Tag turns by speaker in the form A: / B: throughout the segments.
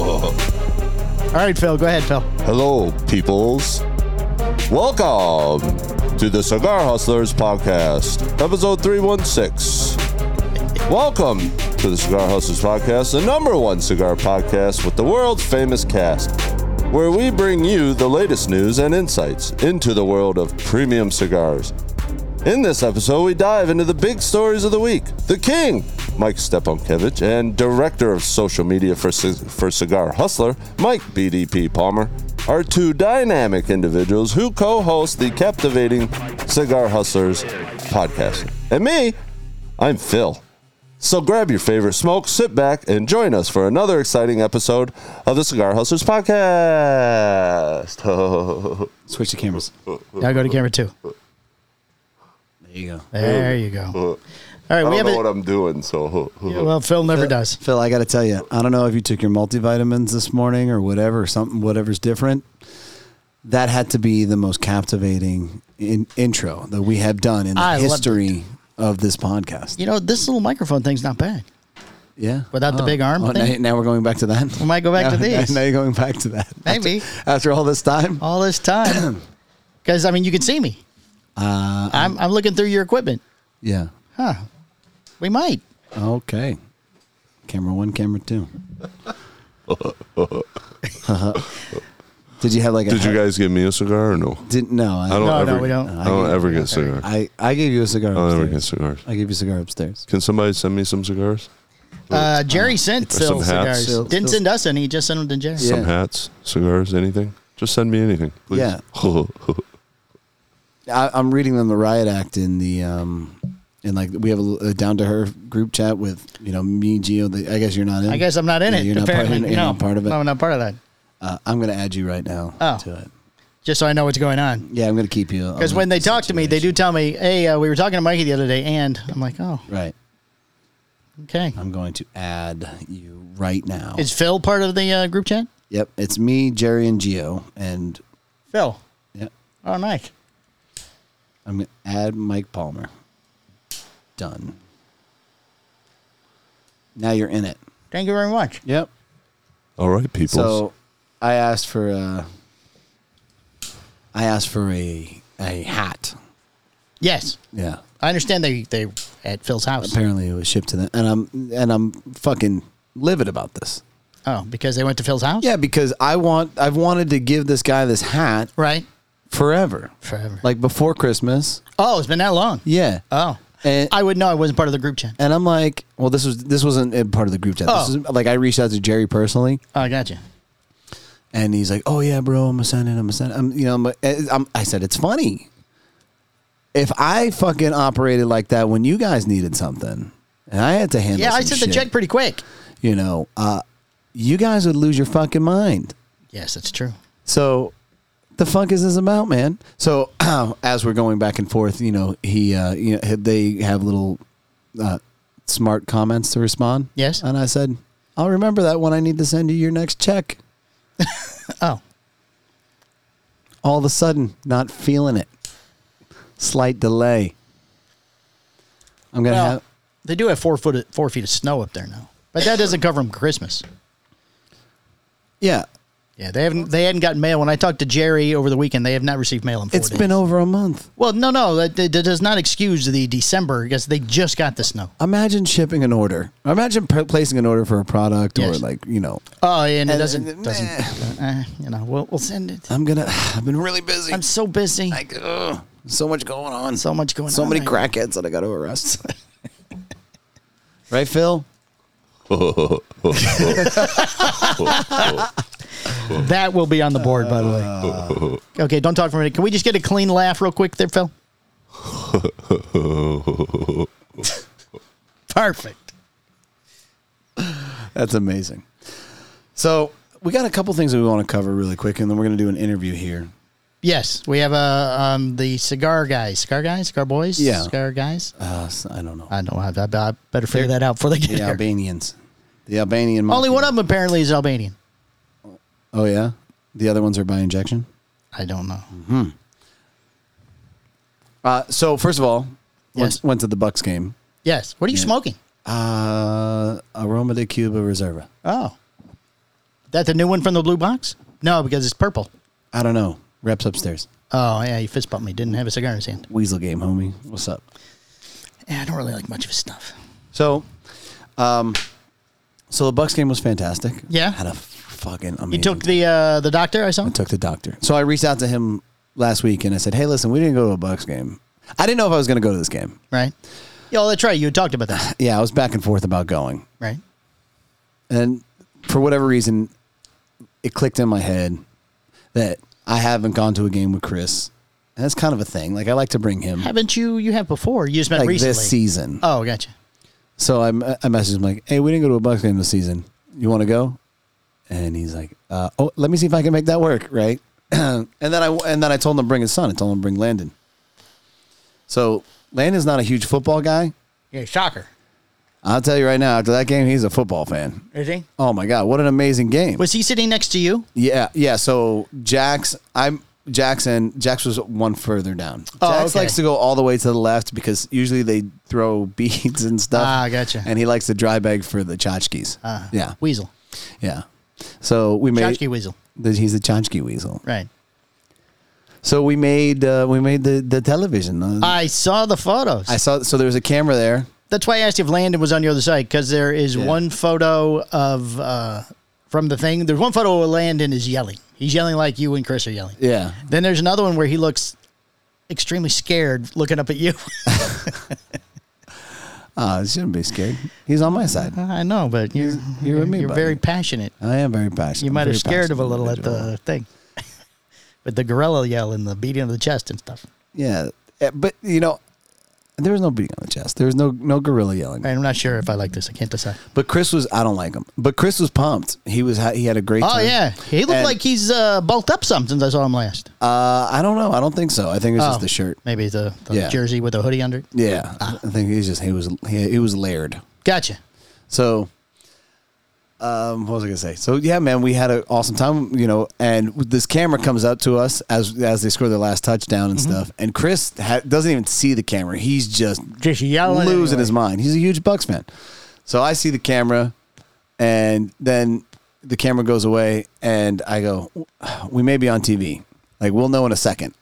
A: All right, Phil, go ahead, Phil.
B: Hello, peoples. Welcome to the Cigar Hustlers Podcast, episode 316. Welcome to the Cigar Hustlers Podcast, the number one cigar podcast with the world's famous cast, where we bring you the latest news and insights into the world of premium cigars. In this episode, we dive into the big stories of the week. The King, Mike Stepankevich, and director of social media for, Ci- for Cigar Hustler, Mike BDP Palmer, are two dynamic individuals who co host the captivating Cigar Hustlers podcast. And me, I'm Phil. So grab your favorite smoke, sit back, and join us for another exciting episode of the Cigar Hustlers podcast.
C: Switch the cameras.
A: Now go to camera two.
C: There you go.
A: There you go. All right,
B: I
A: we
B: don't
A: have
B: know what
A: a,
B: I'm doing, so.
A: Well, Phil never does.
C: Phil, I got to tell you, I don't know if you took your multivitamins this morning or whatever, something, whatever's different. That had to be the most captivating in, intro that we have done in the
A: I loved
C: history of this podcast.
A: You know, this little microphone thing's not bad.
C: Yeah. Oh.
A: Without the big arm
C: now-
A: thing?
C: Now, we're going back to that.
A: We might go back
C: Now-
A: to these.
C: Now you're going back to that.
A: Maybe. Oh.
C: After, after all this time.
A: All this time. Because, I mean, you can see me. Uh, I'm, I'm looking through your equipment.
C: Yeah.
A: Huh. We might.
C: Okay. Camera one, camera two. Did you have like a
B: Did you guys give me a cigar or no?
C: didn't no I,
B: I don't
A: No,
B: ever.
A: no, we don't.
B: I don't ever get cigars. I
C: I, I gave you a cigar.
B: don't ever get
C: upstairs.
B: cigars.
C: I gave you a cigar upstairs.
B: Can somebody send me some cigars?
A: Uh, Jerry sent
B: Or some
A: Phil
B: hats.
A: cigars.
C: Phil-
A: Didn't
C: Phil-
A: send us any. He just sent them to Jerry.
C: Yeah.
B: Some hats, cigars, anything? Just send me anything, please.
C: Yeah. I, I'm reading them the riot act in the um in like we have a, l- a down to her group chat with you know me Gio. The, I guess you're not in.
A: I guess I'm not in
C: Yeah,
A: it.
C: You're not part,
A: apparently.
C: you're
A: no.
C: not part of it.
A: No, I'm not part of that.
C: Uh, I'm gonna add you right now
A: Oh.
C: to it.
A: Just so I know what's going on.
C: Yeah, I'm gonna keep you on
A: Because
C: the
A: when they talk to me, they do tell me, hey, uh, we were talking to Mikey the other day, and I'm like, oh,
C: situation. right.
A: okay.
C: I'm going to add you right now.
A: Is Phil part of the uh, group chat?
C: yep, it's me, Jerry, and Gio, and
A: Phil.
C: yep,
A: Oh, Mike.
C: I'm gonna add Mike Palmer. Done. Now you're in it.
A: Thank you very much.
C: Yep.
B: All right, people.
C: So I asked for a, I asked for a a hat.
A: Yes.
C: Yeah.
A: I understand they they at Phil's house.
C: Apparently it was shipped to them, and I'm and I'm fucking livid about this.
A: Oh, because they went to Phil's house?
C: Yeah, because I want I've wanted to give this guy this hat
A: Right?
C: forever,
A: Forever.
C: like before Christmas.
A: Oh, it's been that long.
C: Yeah.
A: Oh.
C: And-
A: I would know I wasn't part of the group chat.
C: And I'm like, well, this was this wasn't a part of the group chat.
A: Oh.
C: This is like I reached out to Jerry personally,
A: Oh, I gotcha.
C: and he's like, "Oh yeah, bro, I'm gonna send it. I'm gonna send it." I'm, you know, I'm, eh, I'm, I said it's funny. If I fucking operated like that when you guys needed something, and I had to handle,
A: Yeah, I
C: some
A: sent the
C: shit,
A: check pretty quick.
C: You know, uh, you guys would lose your fucking mind.
A: Yes, that's true.
C: So, the fuck is this about, man? So, as we're going back and forth, you know, he, uh, you know, they have little uh, smart comments to respond.
A: Yes.
C: and I said, I'll remember that when I need to send you your next check.
A: Oh.
C: all of a sudden not feeling it. Slight delay. I'm gonna
A: Well,
C: have
A: they do have four foot four feet of snow up there now, but that doesn't cover them Christmas.
C: yeah.
A: Yeah, they haven't they hadn't gotten mail. When I talked to Jerry over the weekend, they have not received mail in four
C: It's
A: days.
C: been over a month.
A: well, no, no, that, that does not excuse the December because they just got the snow.
C: Imagine shipping an order. Imagine pr- placing an order for a product or
A: Yes.
C: like you know.
A: Oh, and, it
C: And-
A: doesn't
C: and-
A: doesn't uh, you know we'll, we'll send it.
C: I'm gonna. I've been really busy.
A: I'm so busy,
C: like ugh, so much going on.
A: so much going
C: so
A: on.
C: many
A: right
C: crackheads that I got to arrest. right, Phil.
A: now. That will be on the board, by the way. Okay, don't talk for a minute. Can we just get a clean laugh real quick, there, Phil? Perfect.
C: That's amazing. So we got a couple things that we want to cover really quick, and then we're gonna do an interview here.
A: Yes, we have uh, um, the cigar guys, cigar guys, cigar boys,
C: Yeah.
A: cigar guys.
C: Uh, s- I don't know.
A: I know. I, I, I better figure that out before they get
C: The
A: here.
C: Albanians. The Albanian.
A: Only
C: mafia.
A: one of them apparently is Albanian.
C: Oh yeah, the other ones are by injection.
A: I don't know.
C: Uh, so first of all, went,
A: Yes.
C: went to the Bucks game.
A: Yes. What are you smoking?
C: Uh, Aroma de Cuba Reserva.
A: Oh, That the new one from the blue box? No, because it's purple.
C: I don't know. Reps upstairs.
A: Oh yeah, he fist bumped me. Didn't have a cigar in his hand.
C: Weasel game, homie. What's up?
A: Yeah, I don't really like much of his stuff.
C: So, um, so the Bucks game was fantastic.
A: Yeah.
C: had a fucking amazing.
A: You took the uh, the doctor I saw.
C: I took the doctor. So I reached out to him last week and I said, "Hey, listen, we didn't go to a Bucks game. I didn't know if I was going to go to this game.
A: right. Yeah, oh, that's right. You talked about that.
C: Yeah, I was back and forth about going,
A: Right.
C: and for whatever reason, it clicked in my head that I haven't gone to a game with Chris. And that's kind of a thing. Like I like to bring him
A: Haven't you? You have before. You just met
C: like
A: recently.
C: this season.
A: Oh, gotcha.
C: So I, I messaged him like, "Hey, we didn't go to a Bucks game this season. You want to go?" And he's like, uh, "Oh, let me see if I can make that work, right?" and then I and then I told him to bring his son. I told him to bring Landon. So Landon's not a huge football guy.
A: Yeah, shocker.
C: I'll tell you right now, after that game, he's a football fan.
A: Is he?
C: Oh my god, what an amazing game!
A: Was he sitting next to you?
C: Yeah, yeah. So Jax, I'm Jackson. Jax was one further down.
A: Oh,
C: Jax
A: okay.
C: likes to go all the way to the left because usually they throw beads and stuff.
A: Ah, gotcha.
C: And he likes the dry bag for the tchotchkes.
A: Uh,
C: yeah,
A: Weasel.
C: yeah. So we made
A: Tchotchke weasel.
C: the, he's a tchotchke weasel.
A: Right.
C: So we made uh, we made the the television. Uh,
A: I saw the photos.
C: I saw so there was a camera there.
A: That's why I asked if Landon was on your other side because there is
C: Yeah.
A: one photo of uh, from the thing. There's one photo where Landon is yelling. He's yelling like you and Chris are yelling.
C: Yeah,
A: Then there's another one where he looks extremely scared, looking up at you.
C: uh, shouldn't be scared. He's on my side.
A: I know, but you're
C: you're with me,
A: You're
C: buddy.
A: very passionate.
C: I am very passionate.
A: You
C: I'm
A: might
C: very
A: have scared
C: passionate
A: him a little at
C: individual.
A: the thing, with the gorilla yell and the beating of the chest and stuff.
C: Yeah, eh, but you know, there was no beating on the chest. There was no no gorilla yelling.
A: Right, I'm not sure if I like this. I can't decide.
C: But Chris was I don't like him. But Chris was pumped. He was ha- he had a great.
A: Oh
C: time.
A: yeah, he looked
C: And,
A: like he's uh, bulked up some since I saw him last.
C: Uh, I don't know. I don't think so. I think it was
A: Oh, Ah.
C: just the shirt.
A: maybe the, the
C: Yeah.
A: jersey with a hoodie under. it.
C: Yeah, I think he's just he was he, he was layered.
A: Gotcha.
C: So, um, what was I gonna say? So yeah, man, we had an awesome time, you know. And this camera comes up to us as as they score their last touchdown and
A: Mm-hmm.
C: stuff. And Chris ha- doesn't even see the camera. He's just
A: Just yelling
C: losing his
A: anyway.
C: mind. He's a huge Bucks fan. So I see the camera, and then the camera goes away, and I go, "We may be on TV. Like we'll know in a second.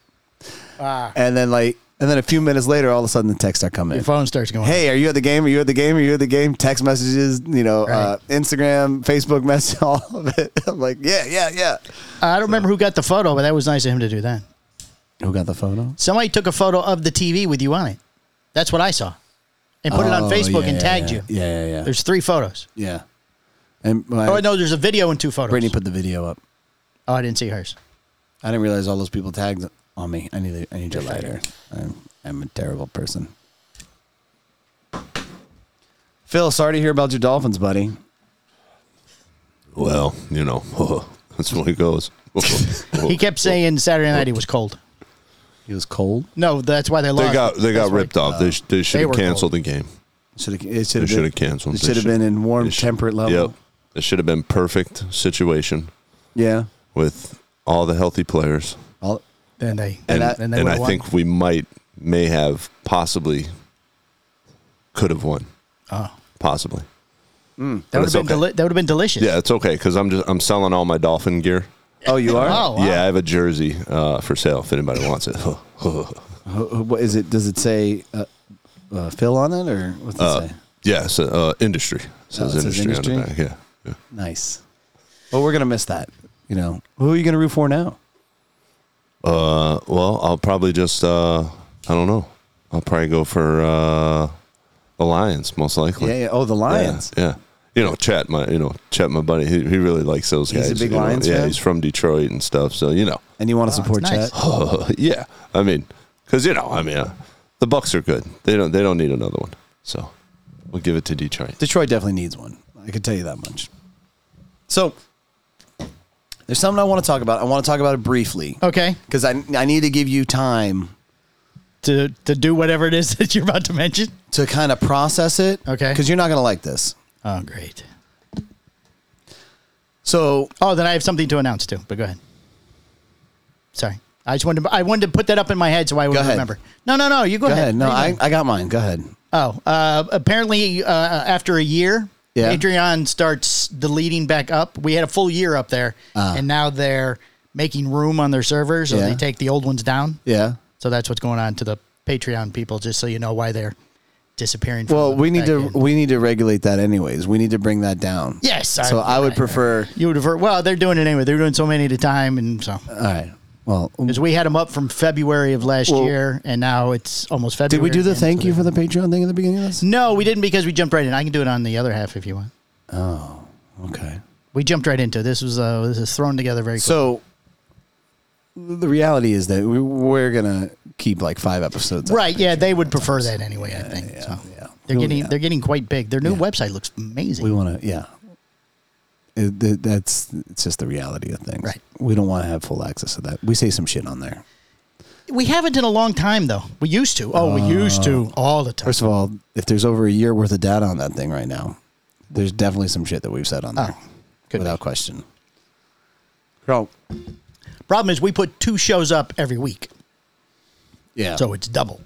A: Ah,
C: And then like, and then a few minutes later, all of a sudden the texts are coming
A: your phone starts going.
C: hey, are you at the game? Are you at the game? Are you at the game? Text messages, you know, uh,
A: Right.
C: Instagram, Facebook message, all of it. I'm like, yeah, yeah, yeah.
A: I don't remember who got the photo, but that was nice of him to do that.
C: Who got the photo?
A: Somebody took a photo of the TV with you on it. That's what I saw, and put it
B: Oh,
A: on Facebook and tagged you.
C: Oh, Yeah, yeah, yeah.
A: There's three photos.
C: yeah. And my,
A: Oh no, there's a video and two photos.
C: Brittany put the video up.
A: oh, I didn't see hers.
C: I didn't realize all those people tagged on me. I need a, I need your lighter. I'm, I'm a terrible person. Phil, sorry to hear about your Dolphins, buddy.
B: Well, you know, that's the way it goes.
A: He kept saying Saturday night he was cold.
C: He was cold.
A: No, that's why they lost.
B: they got they
A: That's
B: got
A: why-
B: ripped off. They, sh- they should
A: were
B: have canceled the game.
C: Should have. It
B: They
C: should
B: should
C: have
B: have canceled.
C: It
B: They
C: should have been in warm,
B: they should-
C: temperate level.
B: Yep. It should have been perfect situation
C: Yeah.
B: with all the healthy players.
C: All,
A: Then they
B: And
C: I-
A: then
B: and,
A: they
B: I
A: would've won.
B: think we might may have possibly could have won.
A: Oh.
B: Possibly.
A: that
B: But
A: would have
B: it's
A: been
B: okay.
A: deli- that would have been delicious.
B: Yeah, it's okay cuz I'm just I'm selling all my dolphin gear.
C: oh, you are.
A: Oh, wow.
B: Yeah, I have a jersey uh, for sale if anybody wants it.
C: Who- who- What is it? Does it say uh, uh, Phil on it, or what's it
B: uh,
C: say?
B: yeah, so, uh, industry. Says
C: it says
B: industry, on the
C: industry?
B: back. Yeah. yeah.
C: Nice. Well, we're gonna miss that. You know, who are you gonna root for now?
B: Uh, well, I'll probably just uh, I don't know. I'll probably go for uh, the Lions most likely.
C: Yeah. yeah. Oh, the Lions.
B: Yeah, yeah. You know, Chet, my you know, Chet, my buddy, he, he really likes those
C: He's
B: guys.
C: a big
B: you know.
C: Lions
B: Yeah,
C: fan?
B: he's from Detroit and stuff. So you know,
C: And you want to
A: Oh,
C: support
A: it's nice.
C: Chet?
B: yeah. I mean, because you know, I mean, uh, the Bucks are good. They don't they don't need another one. So we'll give it to Detroit.
C: Detroit definitely needs one. I can tell you that much. So there's something I want to talk about. I want to talk about it briefly
A: Okay.
C: because I I need to give you time
A: To to do whatever it is that you're about to mention.
C: to kind of process it.
A: Okay.
C: Because you're not gonna like this.
A: Oh, great.
C: So
A: Oh, then I have something to announce too. But go ahead. Sorry, I just wanted to, I wanted to put that up in my head so I would
C: ahead.
A: remember. No, no, no. You go,
C: go ahead. No,
A: What are you
C: I,
A: doing?
C: I got mine. Go ahead.
A: Oh, uh, apparently, uh, after a year,
C: Yeah.
A: Patreon starts deleting back up. We had a full year up there, and now they're making room on their servers, so
C: Ah. Yeah.
A: they take the old ones down.
C: Yeah.
A: So that's what's going on to the Patreon people, just so you know why they're disappearing. From
C: Well,
A: the
C: we need
A: back
C: to
A: end.
C: we need to regulate that anyways. We need to bring that down.
A: Yes,
C: So I would prefer.
A: You would have. Well, they're doing it anyway. They're doing so many at a time, and so
C: All right. Well,
A: because we had them up from February of last
C: Well-
A: year, and now it's almost
C: did
A: February.
C: we do the
A: again,
C: thank
A: so
C: you
A: they-
C: for the Patreon thing at the beginning of this?
A: No, we didn't because we jumped right in. I can do it on the other half if you want.
C: Okay.
A: We jumped right into it. this. Was uh, this is thrown together very quick.
C: So the reality is that we, we're gonna keep like five episodes. up.
A: right? Yeah, they would prefer that anyway. I think. so.
C: yeah.
A: They're
C: Well,
A: getting
C: yeah.
A: they're getting quite big. Their new website looks amazing.
C: We want to. Yeah. It, th- that's it's just the reality of things.
A: Right.
C: We don't want to have full access to that. We say some shit on there.
A: We haven't in a long time though. We used to. Oh, we used to all the time.
C: Uh, First of all, if there's over a year worth of data on that thing right now, there's definitely some shit that we've said on
A: Oh,
C: there,
A: could
C: without question. Bro.
A: Problem is, we put two shows up every week,
C: Yeah.
A: so it's double.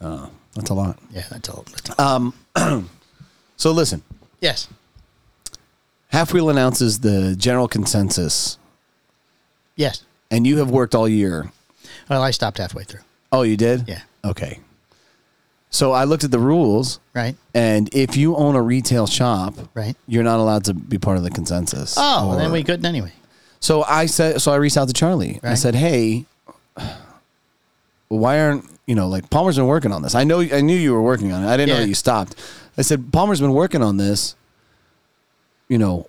C: that's a lot.
A: Yeah, that's all. That's
C: Uh,
A: all.
C: So listen,
A: yes.
C: Half Wheel announces the general consensus,
A: Yes.
C: and you have worked all year.
A: Well, I stopped halfway through.
C: Oh, you did?
A: Yeah.
C: Okay. So I looked at the rules,
A: Right.
C: and if you own a retail shop,
A: Right.
C: you're not allowed to be part of the consensus.
A: Oh, well,
C: Or-
A: then we couldn't anyway.
C: So I said, so I reached out to Charlie. I
A: Right.
C: said, hey, why aren't you know like Palmer's been working on this? I know I knew you were working on it. I didn't know
A: Yeah.
C: that you stopped. I said Palmer's been working on this. You know,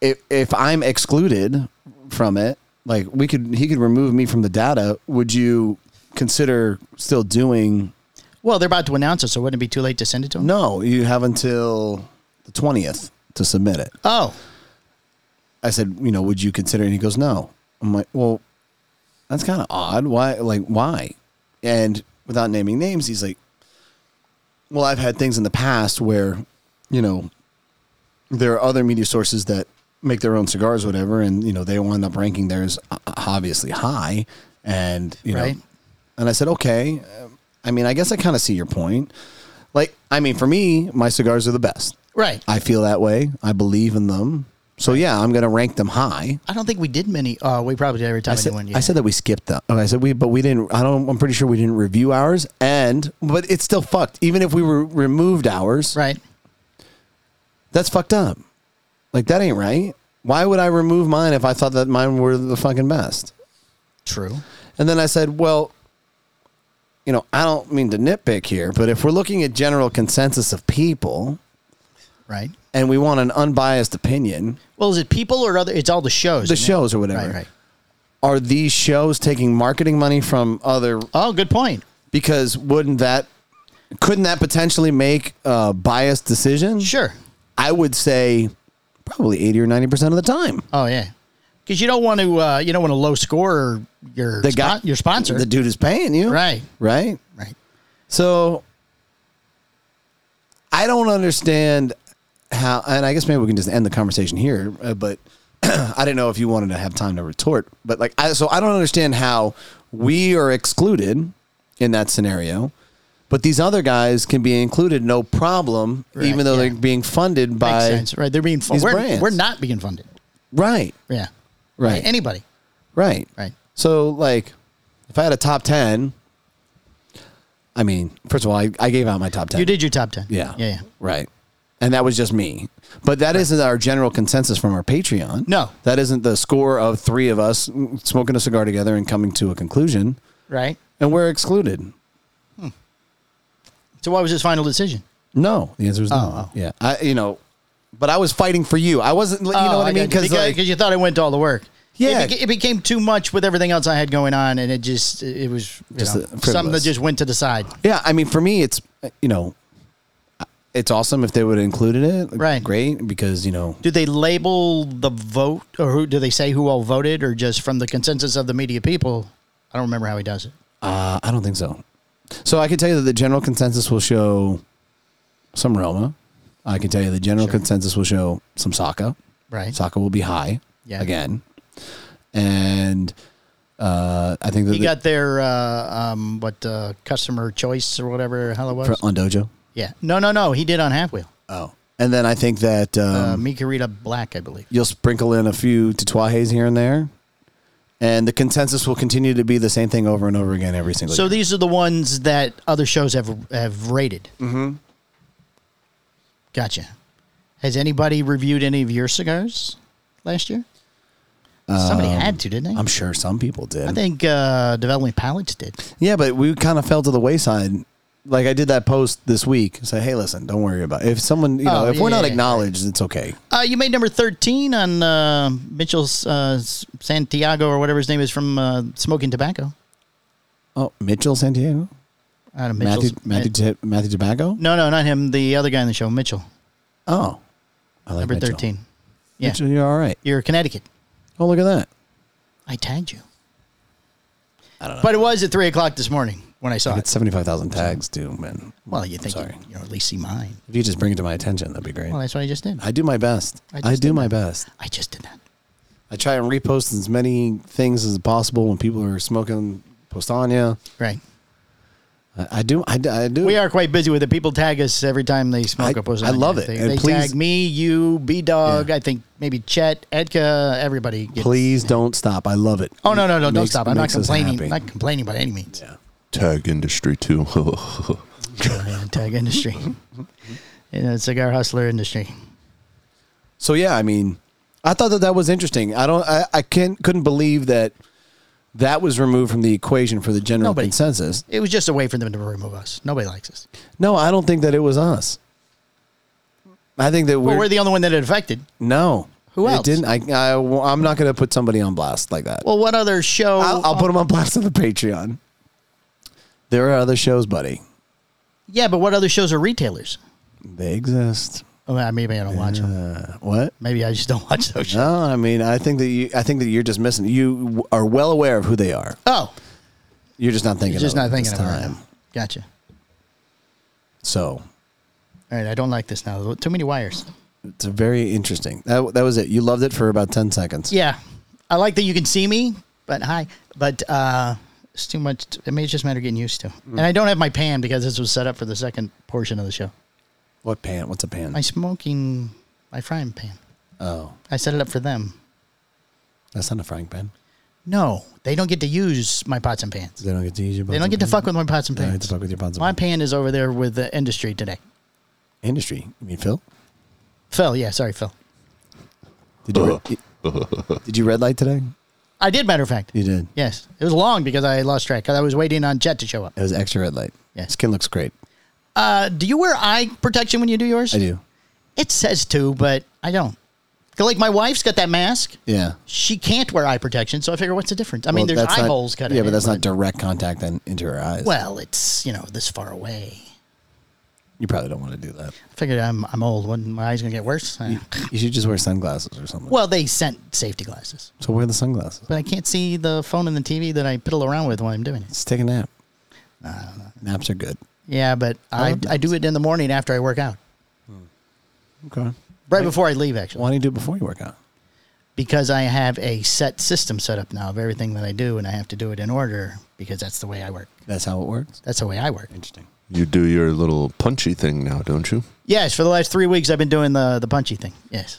C: if if I'm excluded from it, like we could he could remove me from the data. Would you consider still doing?
A: Well, they're about to announce it, so wouldn't it be too late to send it to them?
C: No, you have until the twentieth to submit it.
A: Oh,
C: I said, you know, would you consider? And he goes, no. I'm like, well, that's kind of odd. Why? Like, why? And without naming names, he's like, well, I've had things in the past where, you know, there are other media sources that make their own cigars, whatever, and you know they wind up ranking theirs o- obviously high, and you
A: Right.
C: know, and I said, okay, um, I mean, I guess I kind of see your point. Like, I mean, for me, my cigars are the best.
A: right. I,
C: I feel that way. I believe in them. So yeah, I'm going to rank them high.
A: don't think we did many. Oh, we probably did every time
C: I said,
A: anyone.
C: I said that we skipped them. Oh, I said we, but we didn't. I don't. I'm pretty sure we didn't review ours. And but it's still fucked. Even if we were removed ours,
A: right.
C: that's fucked up. Like that ain't right. Why would I remove mine if I thought that mine were the fucking best?
A: True.
C: And then I said, well, you know, I don't mean to nitpick here, but if we're looking at general consensus of people
A: Right.
C: and we want an unbiased opinion,
A: Well, is it people or other? It's all the shows.
C: The
A: isn't it?
C: shows or whatever.
A: Right. Right.
C: are these shows taking marketing money from other
A: Oh, good point.
C: because wouldn't that couldn't that potentially make a biased decision
A: Sure.
C: i would say probably 80 or 90 percent of the time
A: Oh yeah. Because you don't want to. Uh, you don't want to low score your
C: the
A: spon- your sponsor.
C: the dude is paying you
A: Right.
C: right
A: Right.
C: so i don't understand how and i guess maybe we can just end the conversation here uh, but i didn't know if you wanted to have time to retort but like i so i don't understand how we are excluded in that scenario but these other guys can be included no problem
A: Right,
C: even though
A: yeah.
C: they're being funded
A: Makes
C: by
A: sense. Right. They're being. Fun-
C: these
A: we're,
C: brands.
A: we're not being funded.
C: right
A: Yeah.
C: Right.
A: Anybody.
C: Right.
A: Right.
C: So like if I had a top ten, I mean, first of all, I, I gave out my top ten.
A: You did your top ten.
C: Yeah.
A: Yeah. yeah.
C: Right. And that was just me. But that not our general consensus from our Patreon.
A: No.
C: That isn't the score of three of us smoking a cigar together and coming to a conclusion.
A: Right.
C: And we're excluded.
A: So what was his final decision?
C: No. The answer is no.
A: Oh.
C: Yeah. I you know but I was fighting for you. I wasn't you know
A: Oh,
C: what I
A: I
C: mean?
A: got you.
C: Cause like,
A: you thought I went to all the work.
C: Yeah.
A: it, beca- it became too much with everything else I had going on, and it just it was you
C: Just
A: know,
C: the frivolous.
A: something that just went to the side.
C: Yeah, I mean, for me, it's uh, you know, it's awesome if they would have included it. Like,
A: Right.
C: great because you know,
A: Do they label the vote, or who do they say who all voted, or just from the consensus of the media people? I don't remember how he does it.
C: uh, I don't think so. So I can tell you that the general consensus will show some Roma. I can tell you the general consensus will show some Saka.
A: Right.
C: Saka will be high.
A: Yeah.
C: Again, and uh, I think that
A: He got their uh, um, what uh, customer choice or whatever the hell it was.
C: the, on Dojo.
A: yeah, no, no, no. He did on Half Wheel.
C: Oh, and then I think that um,
A: uh, Mikarita Black, I believe.
C: you'll sprinkle in a few Tatuajes here and there, and the consensus will continue to be the same thing over and over again every single.
A: So
C: year.
A: these are the ones that other shows have have rated. Mm-hmm. Gotcha. Has anybody reviewed any of your cigars last year? Somebody had to, didn't they?
C: Um, I'm sure some people did.
A: I think uh, Developing Pilots did.
C: Yeah, but we kind of fell to the wayside. Like I did that post this week. Say, hey, listen, don't worry about it. if someone, you know,
A: Oh,
C: if we're
A: yeah,
C: not
A: yeah,
C: acknowledged, it's okay.
A: Uh, you made number 13 on uh, Mitchell's uh, S- Santiago or whatever his name is from uh, Smoking Tobacco.
C: Oh, Mitchell Santiago,
A: Out of
C: Matthew,
A: Mitchell's.
C: Matthew, T- Matthew Tobacco.
A: no, no, not him. The other guy in the show, Mitchell.
C: Oh, I like
A: Number
C: Mitchell.
A: 13. Yeah.
C: Mitchell, you're all right.
A: You're Connecticut.
C: Oh, look at that.
A: I tagged you. I don't know. But it was at 3 o'clock this morning when I saw
C: It's
A: it.
C: seventy five thousand tags too, man.
A: Well, you think you,
C: sorry.
A: you know, at least see mine.
C: If you just bring it to my attention, that'd be great.
A: Well, that's what I just did. I,
C: I do my best.
A: I
C: I,
A: just
C: do
A: did
C: my best.
A: just did that.
C: I try and repost as many things as possible when people are smoking Postania.
A: Right.
C: I, I do. I, do- I do.
A: We are quite busy with it. People tag us every time they smoke
C: I-
A: a post.
C: I love it.
A: They,
C: And
A: they
C: please-
A: tag me, you, B Dog.
C: Yeah.
A: I think maybe Chet, Edka, everybody. Gets,
C: Please don't stop. I love it.
A: Oh no, no, no! Don't
C: Makes-
A: stop. I'm not
C: makes us
A: complaining.
C: happy.
A: Not complaining by any means.
B: Tag industry too.
A: Uh, Tag industry, you know, cigar hustler industry.
C: So yeah, I mean, I thought that that was interesting. I don't. I, I can't. Couldn't believe that that was removed from the equation for the general
A: Nobody.
C: consensus.
A: It was just a way for them to remove us. Nobody likes us.
C: No, I don't think that it was us. I think that
A: Well,
C: we're,
A: we're the only one that it affected.
C: no.
A: Who else?
C: It didn't. I. I am not going to put somebody on blast like that.
A: Well, what other show?
C: I'll, I'll put them on blast on the Patreon. There are other shows, buddy.
A: yeah, but what other shows are retailers?
C: They exist.
A: Oh, I- maybe I don't watch them.
C: Uh, what?
A: Maybe I just don't watch those. shows.
C: No, I mean, I think that you. I think that you're just missing. You w- are well aware of who they are.
A: Oh,
C: You're just not thinking.
A: you're just
C: of
A: not
C: it at
A: thinking
C: this
A: of it. right
C: time.
A: now. Gotcha.
C: So
A: All right, I don't like this now. Too many wires.
C: it's a very interesting. That that was it. You loved it for about ten seconds.
A: Yeah, I like that you can see me, but hi, but uh, it's too much. It may just matter getting used to.
C: Mm.
A: And I don't have my pan because this was set up for the second portion of the show.
C: What pan? What's a pan?
A: My smoking, my frying pan.
C: oh,
A: I set it up for them.
C: that's not a frying pan.
A: No, they don't get to use my pots and pans.
C: They don't get to use your.
A: They don't get to fuck with my pots and
C: They don't get to
A: pans.
C: fuck with your pots and
A: My
C: pans.
A: pan is over there with the industry today.
C: Industry. You mean Phil?
A: Phil, yeah, sorry, Phil.
C: Did you re- did you red light today?
A: I did, matter of fact.
C: You did.
A: Yes, it was long because I lost track. 'cause I was waiting on Jet to show up.
C: It was extra red light.
A: Yeah.
C: Skin looks great.
A: Uh, do you wear eye protection when you do yours?
C: I do.
A: It says to, but I don't. 'Cause, Like my wife's got that mask.
C: Yeah.
A: She can't wear eye protection, so I figure what's the difference? I mean,
C: Well,
A: there's
C: that's
A: eye
C: not-
A: holes cut.
C: Yeah,
A: in
C: but
A: it,
C: that's not direct contact then into her eyes.
A: Well, it's you know this far away.
C: you probably don't want to do that.
A: I figured I'm I'm old. When my eyes gonna get worse? Uh,
C: You should just wear sunglasses or something.
A: well, they sent safety glasses,
C: so wear the sunglasses.
A: but I can't see the phone and the TV that I piddle around with while I'm doing it.
C: Just take a nap. Naps are good.
A: Yeah, but I,
C: love
A: I do it in the morning after I work out,
C: Okay.
A: right before I leave actually,
C: Why don't you do it before you work out?
A: because I have a set system set up now of everything that I do, and I have to do it in order because that's the way I work.
C: That's how it works.
A: That's the way I work.
C: Interesting.
B: you do your little punchy thing now, don't you?
A: Yes, for the last three weeks I've been doing the the punchy thing. Yes,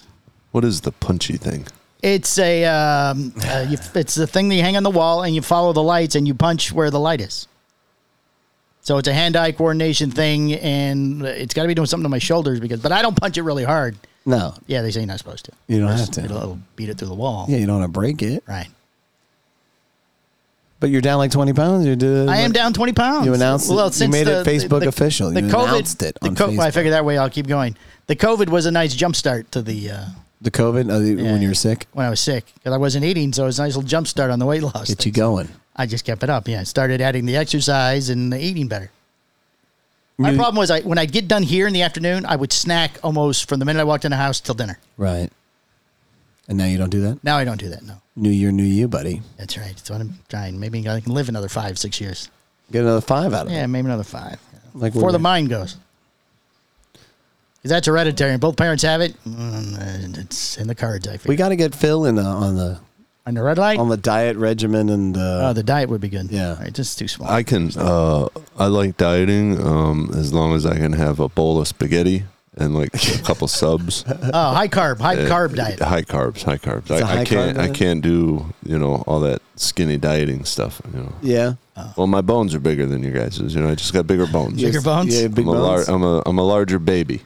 B: What is the punchy thing?
A: it's a um, uh, you, it's the thing that you hang on the wall and you follow the lights and you punch where the light is. So it's a hand eye coordination thing, and it's got to be doing something to my shoulders because. But I don't punch it really hard.
C: No.
A: Yeah, they say you're not supposed to.
C: You don't
A: It's-
C: have to.
A: It'll, it'll beat it through the wall.
C: Yeah, you don't want to break it.
A: Right.
C: But you're down like 20 pounds. You did.
A: I am down 20 pounds.
C: You announced it. You
A: since
C: made it Facebook official. You announced it
A: the
C: on
A: co- well, I
C: Facebook.
A: figured that way I'll keep going. The COVID was a nice jumpstart to the uh,
C: The COVID uh, the-
A: Yeah.
C: when you were sick
A: when I was sick because I wasn't eating, so it was a nice little jump start on the weight loss.
C: get
A: thing.
C: you going.
A: I just kept it up. Yeah, I started adding the exercise and the eating better. My
C: You-
A: problem was I when I'd get done here in the afternoon, I would snack almost from the minute I walked in the house till dinner.
C: Right. And now you don't do that.
A: Now I don't do that. No,
C: New year, new you, buddy.
A: that's right. That's what I'm trying. Maybe I can live another five, six years.
C: Get another five out of
A: Yeah,
C: it.
A: maybe another five.
C: Like
A: before
C: we're-
A: the mind goes. 'Cause that's hereditary. and Both parents have it. Mm, It's in the cards. I
C: We
A: figure.
C: got to get Phil in uh, on the
A: On the red light.
C: on the diet regimen and uh,
A: oh, the diet would be good.
C: Yeah.
A: All right, just too small.
B: I can. Uh, I like dieting um, as long as I can have a bowl of spaghetti and like a couple subs.
A: Oh, high carb, high
C: Uh,
A: carb diet.
B: Uh, High carbs, high carbs.
C: a
B: I,
C: high
B: I can't
C: carb
B: I
C: diet?
B: can't do, you know, all that skinny dieting stuff, you know.
C: Yeah.
B: Well, my bones are bigger than your guys'. You know, I just got bigger bones.
A: Bigger bones?
C: Yeah, big
B: I'm a lar-
C: bones.
B: I'm a I'm a larger baby.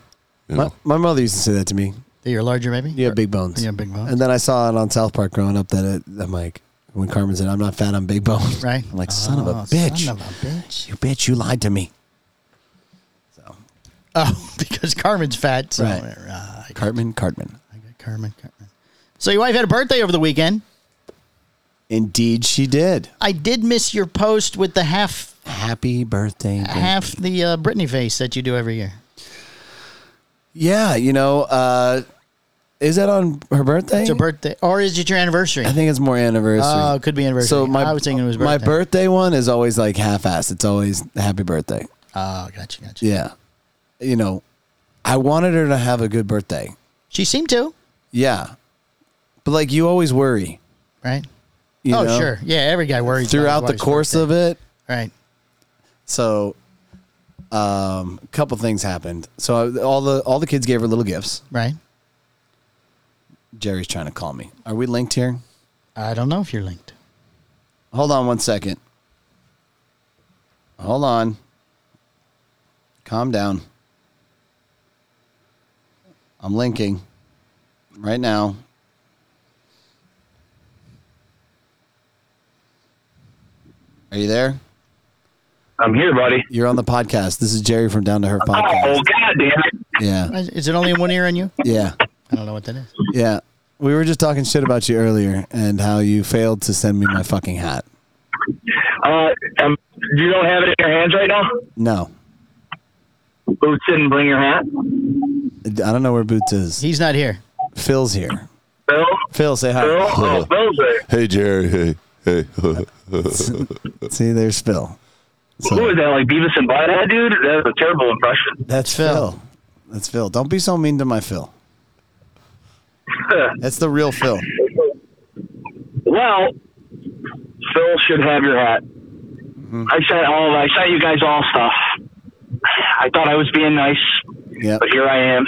B: You know?
C: my, my mother used to say that to me.
A: That You're larger, maybe.
C: You have big bones.
A: You have big bones.
C: And then I saw it on South Park growing up that it, I'm like, when Carmen said, I'm not fat, I'm big bone.
A: Right.
C: I'm like, son of a
A: Oh,
C: bitch.
A: Son of a bitch.
C: you bitch, you lied to me.
A: Oh, because Carmen's fat. So,
C: Right.
A: uh, I
C: Cartman, Cartman.
A: got Carmen. Carmen. So your wife had a birthday over the weekend.
C: Indeed, she did.
A: I did miss your post with the half
C: Happy birthday. Brittany.
A: half the uh, Britney face that you do every year.
C: Yeah, you know, uh, is that on her birthday?
A: It's a birthday, or is it your anniversary?
C: I think it's more anniversary.
A: Oh, it could be anniversary.
C: So my
A: I was thinking it was
C: my
A: birthday.
C: birthday one is always like half-assed. It's always happy birthday.
A: oh, gotcha, gotcha.
C: Yeah, you know, I wanted her to have a good birthday.
A: She seemed to,
C: Yeah, but like you always worry.
A: right?
C: you
A: oh,
C: know,
A: sure. Yeah, every guy worries about
C: Throughout the
A: his wife's
C: course
A: birthday.
C: of it,
A: right.
C: so um, a couple things happened. So I, all the all the kids gave her little gifts.
A: Right.
C: Jerry's trying to call me. Are we linked here?
A: I don't know if you're linked.
C: Hold on one second. Hold on. Calm down. I'm linking right now. Are you there?
D: I'm here, buddy.
C: You're on the podcast. This is Jerry from Down to Her
D: Oh,
C: podcast.
D: god damn it.
C: Yeah.
A: Is is it only in one ear on you?
C: Yeah.
A: I don't know what that is.
C: Yeah. We were just talking shit about you earlier and how you failed to send me my fucking hat.
D: Uh, um, you don't have it in your hands right now?
C: No.
D: Boots didn't bring your hat?
C: I don't know where Boots is.
A: He's not here.
C: Phil's here.
D: Bill?
C: Phil, say hi.
D: Bill? Oh, Bill's there.
B: Hey Jerry, hey, hey.
C: See, there's Phil. So-
D: Who is that, like Beavis and Butthead, dude? That was a terrible impression.
C: That's Phil. That's Phil. Don't be so mean to my Phil. That's the real Phil.
D: Well, Phil should have your hat. I sent all, I sent you guys all stuff. I thought I was being nice,
C: Yeah,
D: but here I am,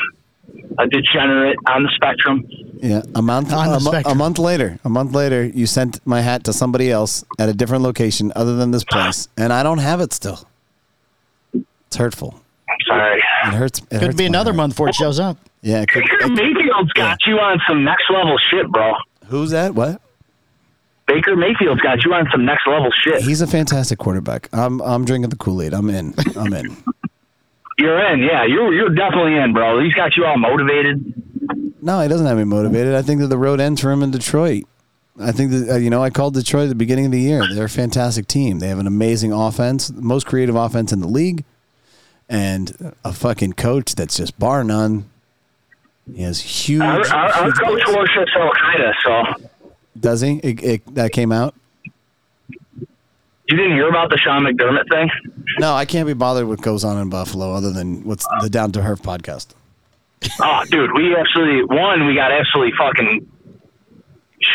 D: a degenerate on the spectrum.
C: yeah. A month,
A: On the
C: a, mo- a
A: spectrum.
C: month later, a month later, you sent my hat to somebody else at a different location other than this place, and I don't have it still. It's hurtful.
D: I'm sorry.
C: It hurts. It
A: Could
C: hurts
A: be
C: my
A: another
C: heart.
A: month before it shows up.
C: Yeah. it could-
D: Baker Mayfield's got you on some next level shit, bro.
C: who's that? What?
D: Baker Mayfield's got you on some next level shit.
C: He's a fantastic quarterback. I'm. I'm drinking the Kool Aid. I'm in. I'm in.
D: You're in, yeah. You're you're definitely in, bro. He's got you all motivated.
C: No, he doesn't have me motivated. I think that the road ends for him in Detroit. I think that uh, you know I called Detroit at the beginning of the year. They're a fantastic team. They have an amazing offense, the most creative offense in the league, and a fucking coach that's just bar none. He has huge.
D: Our, our, our
C: huge
D: coach
C: balls.
D: worships Al Qaeda, so
C: Does he? It, it, that came out.
D: you didn't hear about the Sean McDermott thing?
C: No, I can't be bothered with what goes on in Buffalo other than what's the Down to Earth podcast.
D: Oh, dude, we absolutely one. We got absolutely fucking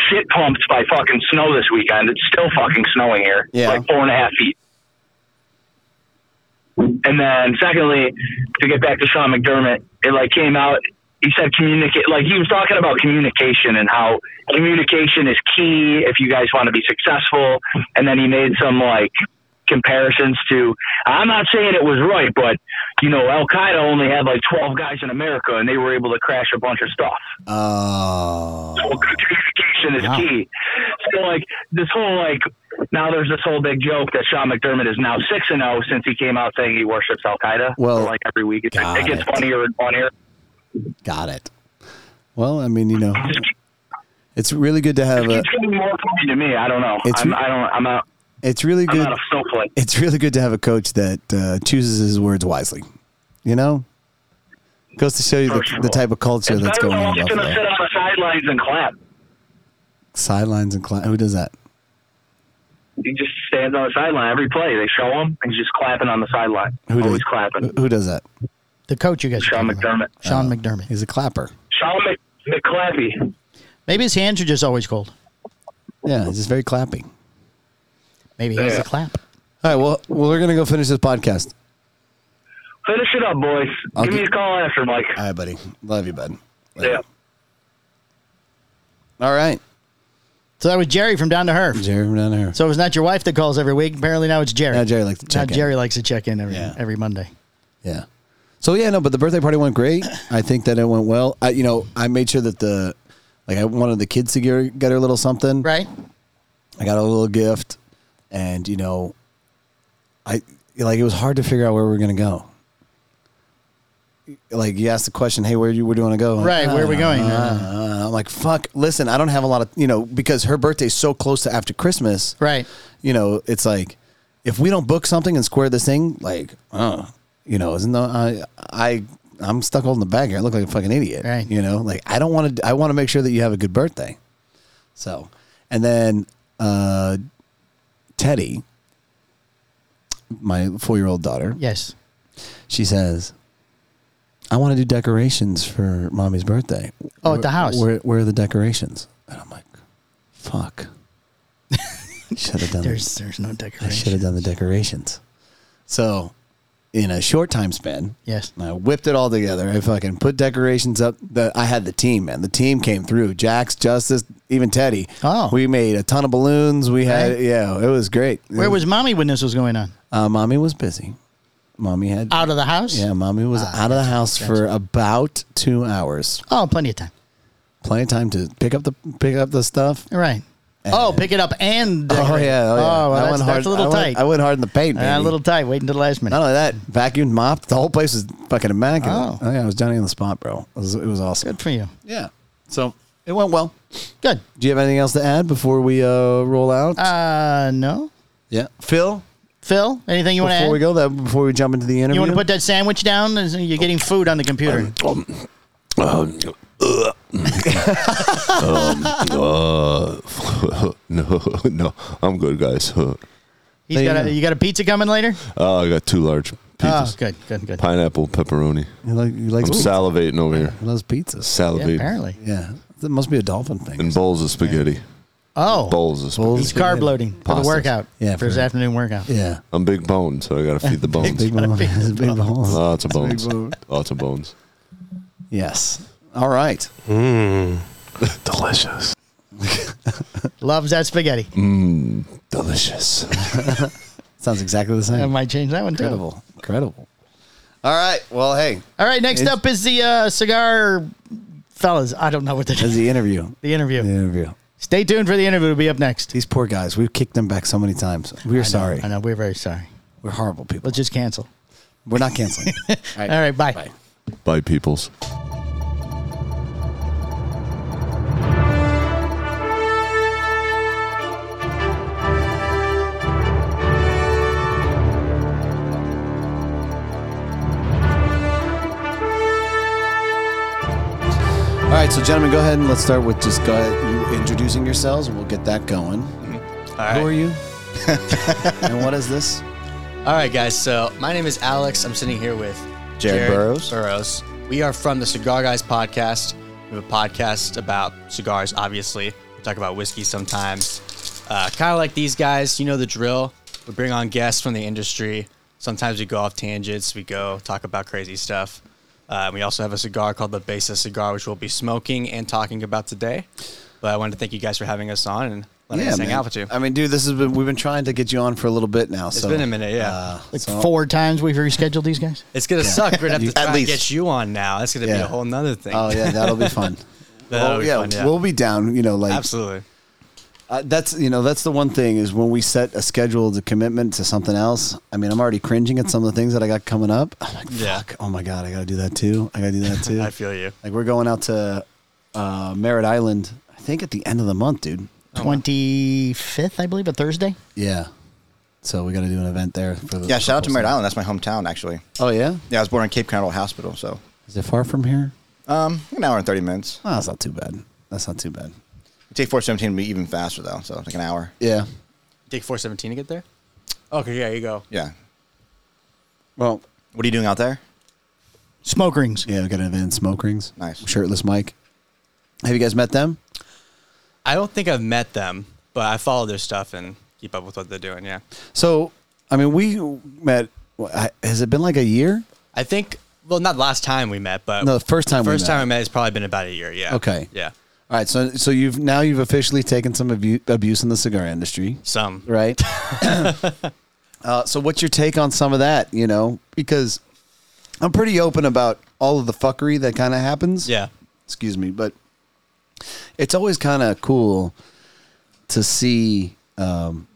D: shit pumped by fucking snow this weekend. It's still fucking snowing here,
C: Yeah.
D: like four and a half feet. And then, secondly, to get back to Sean McDermott, it like came out. He said communicate. Like he was talking about communication and how communication is key if you guys want to be successful. And then he made some like comparisons to. I'm not saying it was right, but you know, Al Qaeda only had like 12 guys in America, and they were able to crash a bunch of stuff.
C: Oh,
D: Well, communication is key. So like this whole like now there's this whole big joke that Sean McDermott is now six and zero since he came out saying he worships Al Qaeda.
C: Well,
D: like every week, it,
C: got
D: it gets
C: it.
D: funnier and funnier.
C: got it. Well, I mean, you know, it's really good to have a.
D: It's getting more funny to me. I don't know.
C: It's-
D: I'm, I don't. I'm not.
C: It's really
D: I'm
C: good.
D: not a snowflake.
C: it's really good to have a coach that uh, chooses his words wisely. You know, goes to show you the, the type of culture
D: It's
C: uh, that's
D: better
C: going
D: than
C: on in
D: just gonna sit
C: Buffalo.
D: on the sidelines and clap.
C: Sidelines and cli Who does that?
D: He just stands on the sideline every play. They show him, and he's just clapping on the sideline.
C: Who Uh,
D: Always
C: does?
D: clapping.
C: Who does that?
A: The coach you guys. are
D: Sean
A: talking about.
D: McDermott.
A: Sean McDermott.
C: He's a clapper.
D: Sean Mc, McClappy.
A: Maybe his hands are just always cold.
C: Yeah, he's just very clappy.
A: Maybe he has
D: Yeah.
A: a clap.
C: All right. Well, we're gonna go finish this podcast.
D: Finish it up, boys.
C: I'll Uh,
D: Give
C: gi-
D: me a call after, Mike.
C: All right, buddy. Love you, bud. Later.
D: yeah.
C: All right.
A: So that was Jerry from Down to Her.
C: Jerry from down there.
A: So it was not your wife that calls every week. Apparently now it's Jerry.
C: Now Jerry likes to
A: Now
C: check in.
A: Jerry likes to check in every
C: Yeah.
A: every Monday.
C: Yeah. So yeah, no, but the birthday party went great. I think that it went well. I, you know, I made sure that the, like, I wanted the kids to get, get her a little something.
A: Right?
C: I got a little gift, and you know, I like it was hard to figure out where we were gonna go. Like you asked the question, "Hey, where you where do you want to go?" I'm like,
A: Right, where are we
C: "Uh,
A: going?"
C: uh, uh." I'm like, "Fuck!" Listen, I don't have a lot of you know because her birthday's so close to after Christmas.
A: Right.
C: You know, it's like if we don't book something and square this thing, like, uh, you know, isn't the, I I I'm stuck holding the bag here. I look like a fucking idiot.
A: Right.
C: You know, like I don't want to. I want to make sure that you have a good birthday. So, and then uh, Teddy, my four year old daughter,
A: Yes.
C: she says, I want to do decorations for mommy's birthday.
A: Oh, at the house.
C: Where, where are the decorations? And I'm like, fuck. should have done
A: There's there's no
C: I should
A: decoration.
C: have done the decorations. So, in a short time span,
A: Yes.
C: and I whipped it all together. I fucking put decorations up. The I had the team, man. The team came through. Jax, Justice, even Teddy.
A: Oh.
C: we made a ton of balloons. We had
A: Right.
C: yeah, it was great. It
A: Where was mommy when this was going on?
C: uh, mommy was busy. Mommy had
A: Out of the house?
C: yeah, mommy was
A: Ah,
C: out of the house for about two hours.
A: Oh, plenty of time.
C: Plenty of time to pick up the pick up the stuff.
A: All right. oh, pick it up and
C: Oh
A: decorate.
C: yeah, oh, yeah.
A: well,
C: I
A: that's,
C: went
A: that's
C: hard-
A: a little
C: I
A: tight.
C: Went, I went hard in the paint.
A: Uh, a
C: baby.
A: little tight. Wait until the last minute.
C: Not only that, vacuumed, mopped. The whole place was fucking immaculate.
A: Oh.
C: Oh, yeah, I was Johnny on the spot, bro. It was, it was awesome.
A: Good for you.
C: Yeah. So it went well.
A: Good.
C: Do you have anything else to add before we uh, roll out?
A: Uh, no.
C: yeah, Phil.
A: Phil, anything you want to
C: Before
A: add?
C: we go, that before we jump into the interview,
A: You want to put that sandwich down? Is- You're getting food on the computer.
B: Um, um, Uh, no, no, I'm good, guys. Uh,
A: He's
C: There you
A: got
C: go.
A: a, you got a pizza coming later?
B: I got two large
A: Oh,
B: pizzas,
A: good, good, good.
B: pineapple pepperoni.
C: he, like, he
B: I'm
C: likes pizza.
B: salivating over here.
C: He loves pizzas.
A: Yeah,
B: Salivating.
A: apparently.
C: Yeah, that must be a dolphin thing.
B: and bowls of spaghetti.
A: Oh,
B: Bowls of spaghetti.
A: he's carb loading for the
B: Pastas.
A: workout.
C: Yeah,
A: for his
C: for-
A: afternoon workout.
C: yeah,
B: I'm big boned, so I gotta feed the bones.
C: big bone. Big bone.
B: Lots of bones.
C: bone.
B: Lots of bones.
C: Yes. All right.
B: Delicious.
A: Loves that spaghetti.
C: Mm.
B: Delicious.
C: Sounds exactly the
A: I
C: same.
A: might change that one too.
C: Incredible. Incredible. All right. Well, hey,
A: All right, next
C: It's-
A: up is the uh, cigar fellas. I don't know what
C: that's
A: the
C: the interview.
A: the interview.
C: The interview.
A: Stay tuned for the interview. It'll be up next.
C: These poor guys. We've kicked them back so many times. We're sorry.
A: I know we're very sorry.
C: We're horrible people.
A: Let's just cancel.
C: We're not canceling. All right.
A: All right, bye.
B: Bye, peoples.
C: All right. So, gentlemen, go ahead and let's start with just go ahead, you introducing yourselves, and we'll get that going.
E: Mm-hmm.
C: Who are you? and what is this?
E: All right, guys. So my name is Alex. I'm sitting here with
C: Jared Burrows.
E: Burrows. We are from the Cigar Guys podcast. We have a podcast about cigars. Obviously, we talk about whiskey sometimes. Uh, kind of like these guys, you know the drill. We bring on guests from the industry. Sometimes we go off tangents. We go talk about crazy stuff. Uh, we also have a cigar called the Besa cigar, which we'll be smoking and talking about today. But I wanted to thank you guys for having us on and letting us hang
C: man.
E: out with you.
C: I mean, dude, this has been we've been trying to get you on for a little bit now.
E: It's
C: so,
E: been a minute, yeah.
C: Uh,
A: Like
C: so-
A: four times we've rescheduled these guys.
E: It's gonna suck. We're gonna have
C: You-
E: to try
C: at
E: and
C: least.
E: get you on now. That's gonna be
C: Yeah.
E: a whole nother thing.
C: Oh yeah, that'll be fun.
E: That'll
C: Well,
E: be
C: yeah,
E: fun, yeah.
C: we'll be down. You know, like
E: Absolutely.
C: Uh, that's you know that's the one thing is when we set a schedule, a commitment to something else. I mean, I'm already cringing at some of the things that I got coming up. I'm like,
E: Yeah.
C: fuck, oh my god, I gotta do that too. I gotta do that too.
E: I feel you.
C: Like we're going out to uh, Merritt Island, I think at the end of the month, dude.
A: Twenty fifth, I believe, a Thursday.
C: Yeah. So we got to do an event there. For the,
F: Yeah, shout out to
C: for-
F: Merritt Island. That's my hometown, actually.
C: Oh yeah,
F: Yeah, I was born in Cape Canaveral Hospital, so
C: is it far from here?
F: um, an hour and thirty minutes.
C: Oh, that's not too bad. That's not too bad.
F: Take four seventeen would be even faster though, so like an hour.
C: Yeah.
E: Take four seventeen to get there. Okay, yeah, you go.
F: Yeah.
C: Well,
F: What are you doing out there?
A: Smoke rings.
C: yeah, we got an event in Smoke Rings.
F: Nice.
C: Shirtless Mike. Have you guys met them?
E: I don't think I've met them, but I follow their stuff and keep up with what they're doing. Yeah.
C: So, I mean, we met. I- Has it been like a year?
E: I think, well, not last time we met, but
C: No, the first time we
E: first
C: met.
E: time we met has probably been about a year. Yeah.
C: Okay.
E: Yeah.
C: All right, so so you've now you've officially taken some abu- abuse in the cigar industry,
E: Some.
C: right? uh, so what's your take on some of that? You know, because I'm pretty open about all of the fuckery that kind of happens.
E: Yeah.
C: excuse me, but it's always kind of cool to see. Um,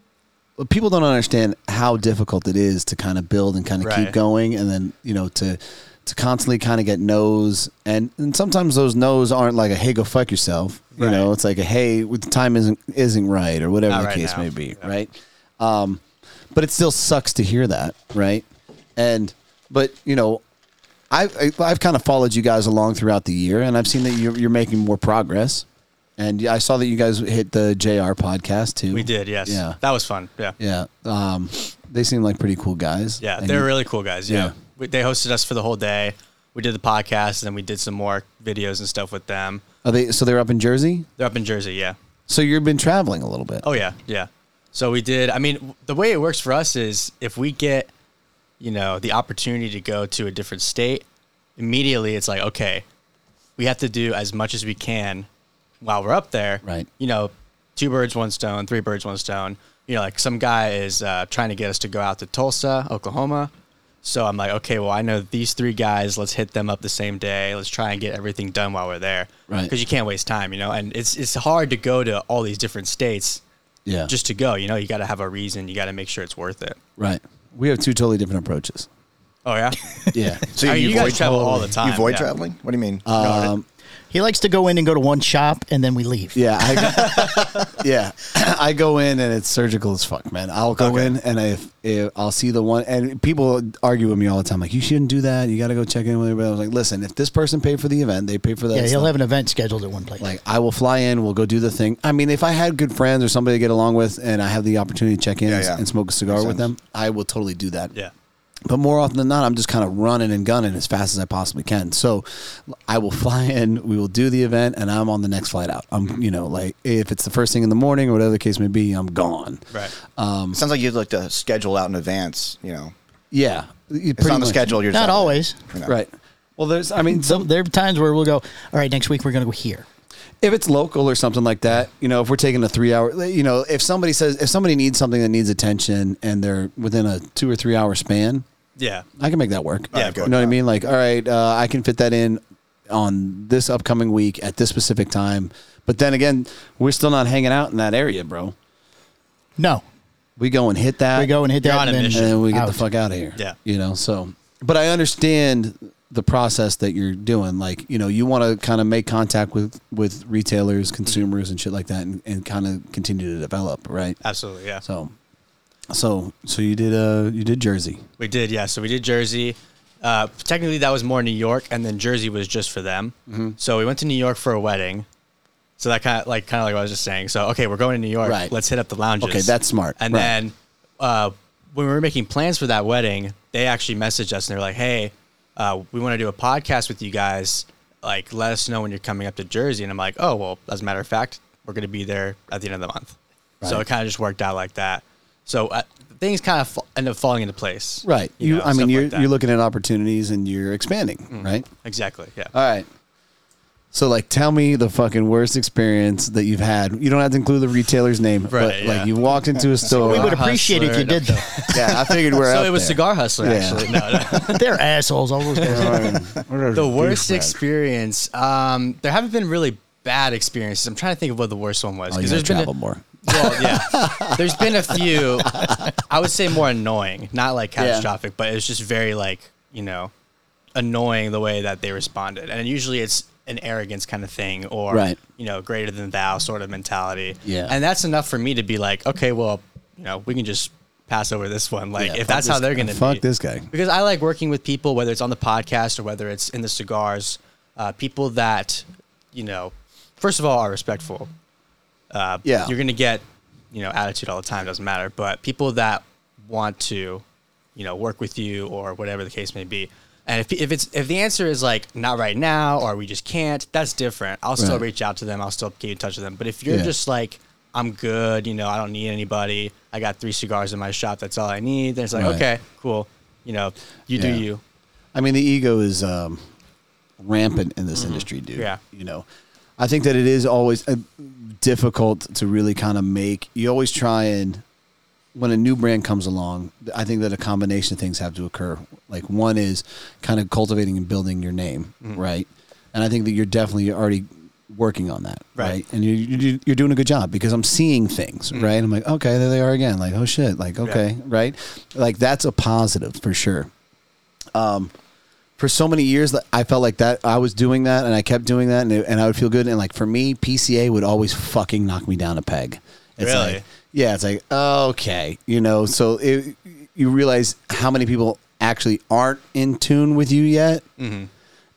C: but people don't understand how difficult it is to kind of build and kind of
E: Right.
C: keep going, and then you know to to constantly kind of get no's, and and sometimes those no's aren't like a hey go fuck yourself, you know, it's like a hey the time isn't isn't right or whatever
E: Not
C: the
E: right
C: case
E: now.
C: may be,
E: Yeah.
C: right? Um, but it still sucks to hear that, right? And but you know, I've I- I've kind of followed you guys along throughout the year, and I've seen that you're, you're making more progress. And I saw that you guys hit the JR podcast too.
E: We did. Yes.
C: Yeah.
E: That was fun. Yeah.
C: yeah. Um, they seem like pretty cool guys.
E: Yeah,
C: And
E: they're
C: you-
E: really cool guys. Yeah,
C: Yeah.
E: We, they hosted us for the whole day. We did the podcast, and then we did some more videos and stuff with them.
C: Are they so they're up in Jersey?
E: They're up in Jersey. Yeah.
C: So you've been traveling a little bit.
E: Oh yeah, yeah. So we did. I mean, w- the way it works for us is if we get, you know, the opportunity to go to a different state, immediately it's like okay, we have to do as much as we can while we're up there.
C: Right.
E: You know, two birds, one stone. Three birds, one stone. You know, like some guy is uh, trying to get us to go out to Tulsa, Oklahoma. So I'm like, okay, well, I know these three guys. Let's hit them up the same day. Let's try and get everything done while we're there,
C: Right.
E: Because you can't waste time, you know. And it's it's hard to go to all these different states
C: yeah.
E: just to go. You know, you got to have a reason. You got to make sure it's worth it.
C: right. We have two totally different approaches.
E: Oh yeah,
C: Yeah.
F: So
E: I mean, you guys travel all the time,
F: You avoid
E: yeah.
F: traveling? What do you mean?
C: um,
A: He likes to go in and go to one shop and then we leave.
C: yeah. I, yeah. I go in and it's surgical as fuck, man. I'll go in and I, if, I'll see the one and people argue with me all the time. Like you shouldn't do that. You got to go check in with everybody. I was like, listen, if this person paid for the event, they paid for that.
A: Yeah, he'll
C: stuff.
A: have an event scheduled at one place.
C: like I will fly in, we'll go do the thing. I mean, if I had good friends or somebody to get along with, and I have the opportunity to check in
F: Yeah,
C: and,
F: yeah.
C: and smoke a cigar
F: Makes
C: with them,
F: sense.
C: I will totally do that.
E: yeah,
C: But more often than not, I'm just kind of running and gunning as fast as I possibly can. So I will fly in, we will do the event, and I'm on the next flight out. I'm, you know, like if it's the first thing in the morning or whatever the case may be, I'm gone.
E: right.
C: Uh,
F: It sounds like you'd like to schedule out in advance, you know.
C: Yeah.
F: It's on the schedule. You're just
A: Not
F: out there,
A: always.
F: you know.
C: Right. Well, there's, I mean,
A: So there are times where we'll go, all right, next week we're going to go here.
C: if it's local or something like that, you know, if we're taking a three hour, you know, if somebody says, if somebody needs something that needs attention and they're within a two or three hour span,
E: Yeah,
C: I can make that work.
E: Yeah,
C: you
E: good.
C: know what I mean? Like, all right, uh, I can fit that in on this upcoming week at this specific time. But then again, we're still not hanging out in that area, bro.
A: No.
C: We go and hit that.
A: We go and hit
E: You're
A: that
E: on a
A: and then,
E: mission.
C: and then we get
A: out.
C: the fuck out of here.
E: Yeah.
C: you know. So, but I understand the process that you're doing. Like, you know, you want to kind of make contact with with retailers,
E: Mm-hmm.
C: consumers, and shit like that, and, and kind of continue to develop, right?
E: absolutely. Yeah,
C: So, so, so you did uh you did Jersey,
E: we did. Yeah, so we did Jersey. Uh, technically, that was more New York, and then Jersey was just for them.
C: Mm-hmm.
E: So we went to New York for a wedding. So that kind of like kind of like what I was just saying. So okay, we're going to New York.
C: Right.
E: Let's hit up the lounges.
C: Okay, that's smart.
E: And
C: Right.
E: then uh, when we were making plans for that wedding, they actually messaged us and they're like, "Hey, uh, we want to do a podcast with you guys. Like, let us know when you're coming up to Jersey." And I'm like, "Oh well, as a matter of fact, we're going to be there at the end of the month." So
C: Right.
E: it kind of just worked out like that. So uh, things kind of f- end up falling into place.
C: right? You,
E: know,
C: I
E: stuff
C: mean,
E: like
C: you're
E: that. Mm-hmm.
C: you're looking at opportunities and you're expanding, right?
E: exactly. Yeah.
C: All right. So like, tell me the fucking worst experience that you've had. You don't have to include the retailer's name, but
E: Right, yeah.
C: like you walked into a store.
A: We would appreciate it if you
E: Hustler.
A: did, though.
C: yeah, I figured we're
E: so
C: up
E: it was
C: there.
E: cigar hustler
C: Yeah.
E: actually. No, no.
A: They're assholes. All those guys.
E: the worst experience. Um, there haven't been really bad experiences. I'm trying to think of what the worst one was
C: Oh, you
E: because
C: gotta
E: there's been a-
C: travel more.
E: Well, yeah, there's been a few. I would say more annoying, not like
C: Yeah.
E: catastrophic, but it was just very like you know annoying the way that they responded, and usually it's an arrogance kind of thing or
C: Right.
E: you know greater than thou sort of mentality.
C: Yeah.
E: and that's enough for me to be like, okay, well, you know, we can just pass over this one. Like
C: Yeah,
E: if
C: fuck
E: that's how
C: this
E: they're
C: guy.
E: going to
C: Fuck
E: be.
C: this guy.
E: because I like working with people, whether it's on the podcast or whether it's in the cigars, uh, people that, you know, first of all, are respectful. Uh,
C: Yeah.
E: You're going to get, you know, attitude all the time, doesn't matter. But people that want to, you know, work with you or whatever the case may be. And if, if it's if the answer is like not right now or we just can't, that's different. I'll still
C: Right.
E: reach out to them. I'll still keep in touch with them. But if you're
C: Yeah.
E: just like I'm good, you know, I don't need anybody. I got three cigars in my shop. That's all I need. Then it's like
C: Right.
E: okay, cool. You know, you do
C: Yeah.
E: you.
C: I mean, the ego is um, rampant in this industry, dude.
E: Yeah.
C: You know, I think that it is always uh, difficult to really kind of make. You always try and when a new brand comes along, I think that a combination of things have to occur. Like one is kind of cultivating and building your name, right? And I think that you're definitely already working on that,
E: Right.
C: right? And you're, you're you're doing a good job because I'm seeing things, right? I'm like, okay, there they are again. Like, oh shit, like okay, right? Like that's a positive for sure for so many years that I felt like that I was doing that and I kept doing that and, it, and I would feel good and like for me PCA would always fucking knock me down a peg. It's
E: Really?
C: Like, yeah, it's like okay, you know. So it, you realize how many people actually aren't in tune with you yet, and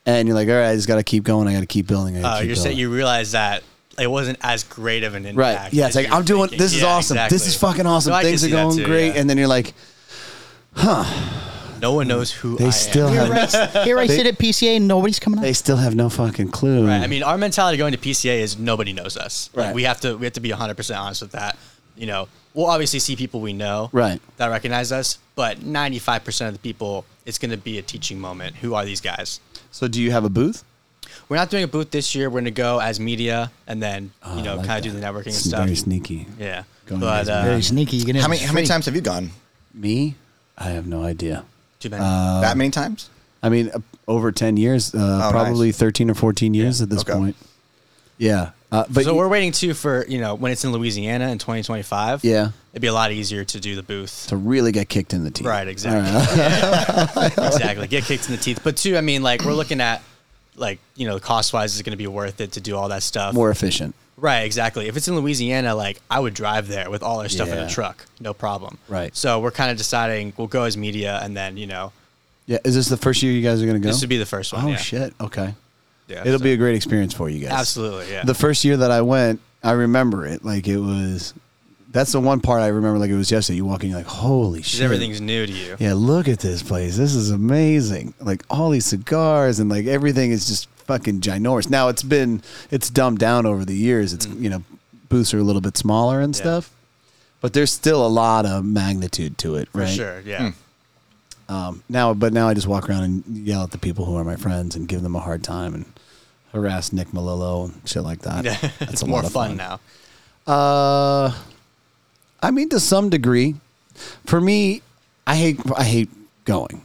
C: you're like, all right, I just got to keep going. I got to keep building. I gotta
E: Mm-hmm. Oh,
C: keep
E: you're saying
C: building."
E: you realize that it wasn't as great of an impact.
C: Right. Yeah. It's
E: as
C: like,
E: you
C: I'm
E: were
C: doing,
E: thinking.
C: this is
E: Yeah,
C: awesome. This
E: exactly.
C: is fucking awesome.
E: No, I can
C: Things are
E: see that
C: going
E: too,
C: great.
E: yeah.
C: And then you're like,
E: no one knows who
C: they
E: I
C: still
E: Am.
C: have,
A: Here I sit at PCA and nobody's coming
C: they
A: up.
C: still have no fucking clue.
E: Right. I mean, our mentality going to PCA is nobody knows us. Like,
C: Hmm. Right.
E: we have to we have to be 100 percent honest with that. You know, we'll obviously see people we know,
C: Right.
E: that recognize us, but 95 percent of the people, it's going to be a teaching moment. Who are these guys?
C: so do you have a booth?
E: We're not doing a booth this year. We're going to go as media and then
C: Oh,
E: you know kind of do the networking
C: It's
E: and stuff.
C: Very sneaky.
E: yeah,
C: Going
E: but
C: as
E: uh,
A: Very sneaky. You get in
F: How
A: for
F: many how many
A: free.
F: times have you gone?
C: Me? I have no idea.
E: too many.
C: Uh,
F: that many times?
C: I mean, uh, over 10 years,
E: Oh,
C: uh,
F: nice.
C: probably 13 or 14 years at this
F: Okay.
C: point. Yeah. Uh, but
E: so
C: you-
E: we're waiting too for you know when it's in Louisiana in 2025.
C: Yeah.
E: it'd be a lot easier to do the booth.
C: to really get kicked in the teeth.
E: Right, exactly. exactly. Get kicked in the teeth. But two, I mean, like we're looking at like, you know, cost wise is gonna be worth it to do all that stuff.
C: More efficient.
E: Right, exactly. If it's in Louisiana, like I would drive there with all our stuff in
C: Yeah.
E: a truck. No problem.
C: Right.
E: So we're kinda deciding we'll go as media and then, you know,
C: Yeah. Is this the first year you guys are going to go?
E: this would be the first one.
C: Oh,
E: yeah.
C: shit. Okay.
E: Yeah,
C: It'll
E: so-
C: be a great experience for you guys.
E: Absolutely, yeah.
C: The first year that I went, I remember it. Like it was, that's the one part I remember like it was yesterday. You walk in, you're like, holy shit.
E: Because everything's new to you.
C: Yeah, look at this place. This is amazing. Like all these cigars and like everything is just fucking ginormous. Now it's been it's dumbed down over the years. It's you know booths are a little bit smaller and
E: Mm. Yeah.
C: stuff, but there's still a lot of magnitude to it,
E: For
C: right?
E: sure. Yeah.
C: Now, but now I just walk around and yell at the people who are my friends and give them a hard time and harass Nick Malillo and shit like that.
E: Yeah.
C: That's
E: it's
C: a
E: more
C: lot of
E: fun,
C: fun
E: now.
C: uh, I mean, to some degree. For me, I hate I hate going.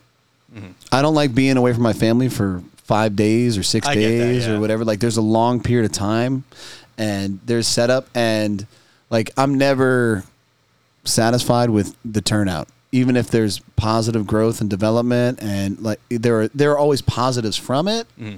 E: Mm-hmm.
C: I don't like being away from my family for five days or six
E: I get that,
C: days
E: yeah.
C: or whatever. Like, there's a long period of time, and there's setup, and like I'm never satisfied with the turnout. Even if there's positive growth and development, and like there are there are always positives from it,
E: Mm-hmm.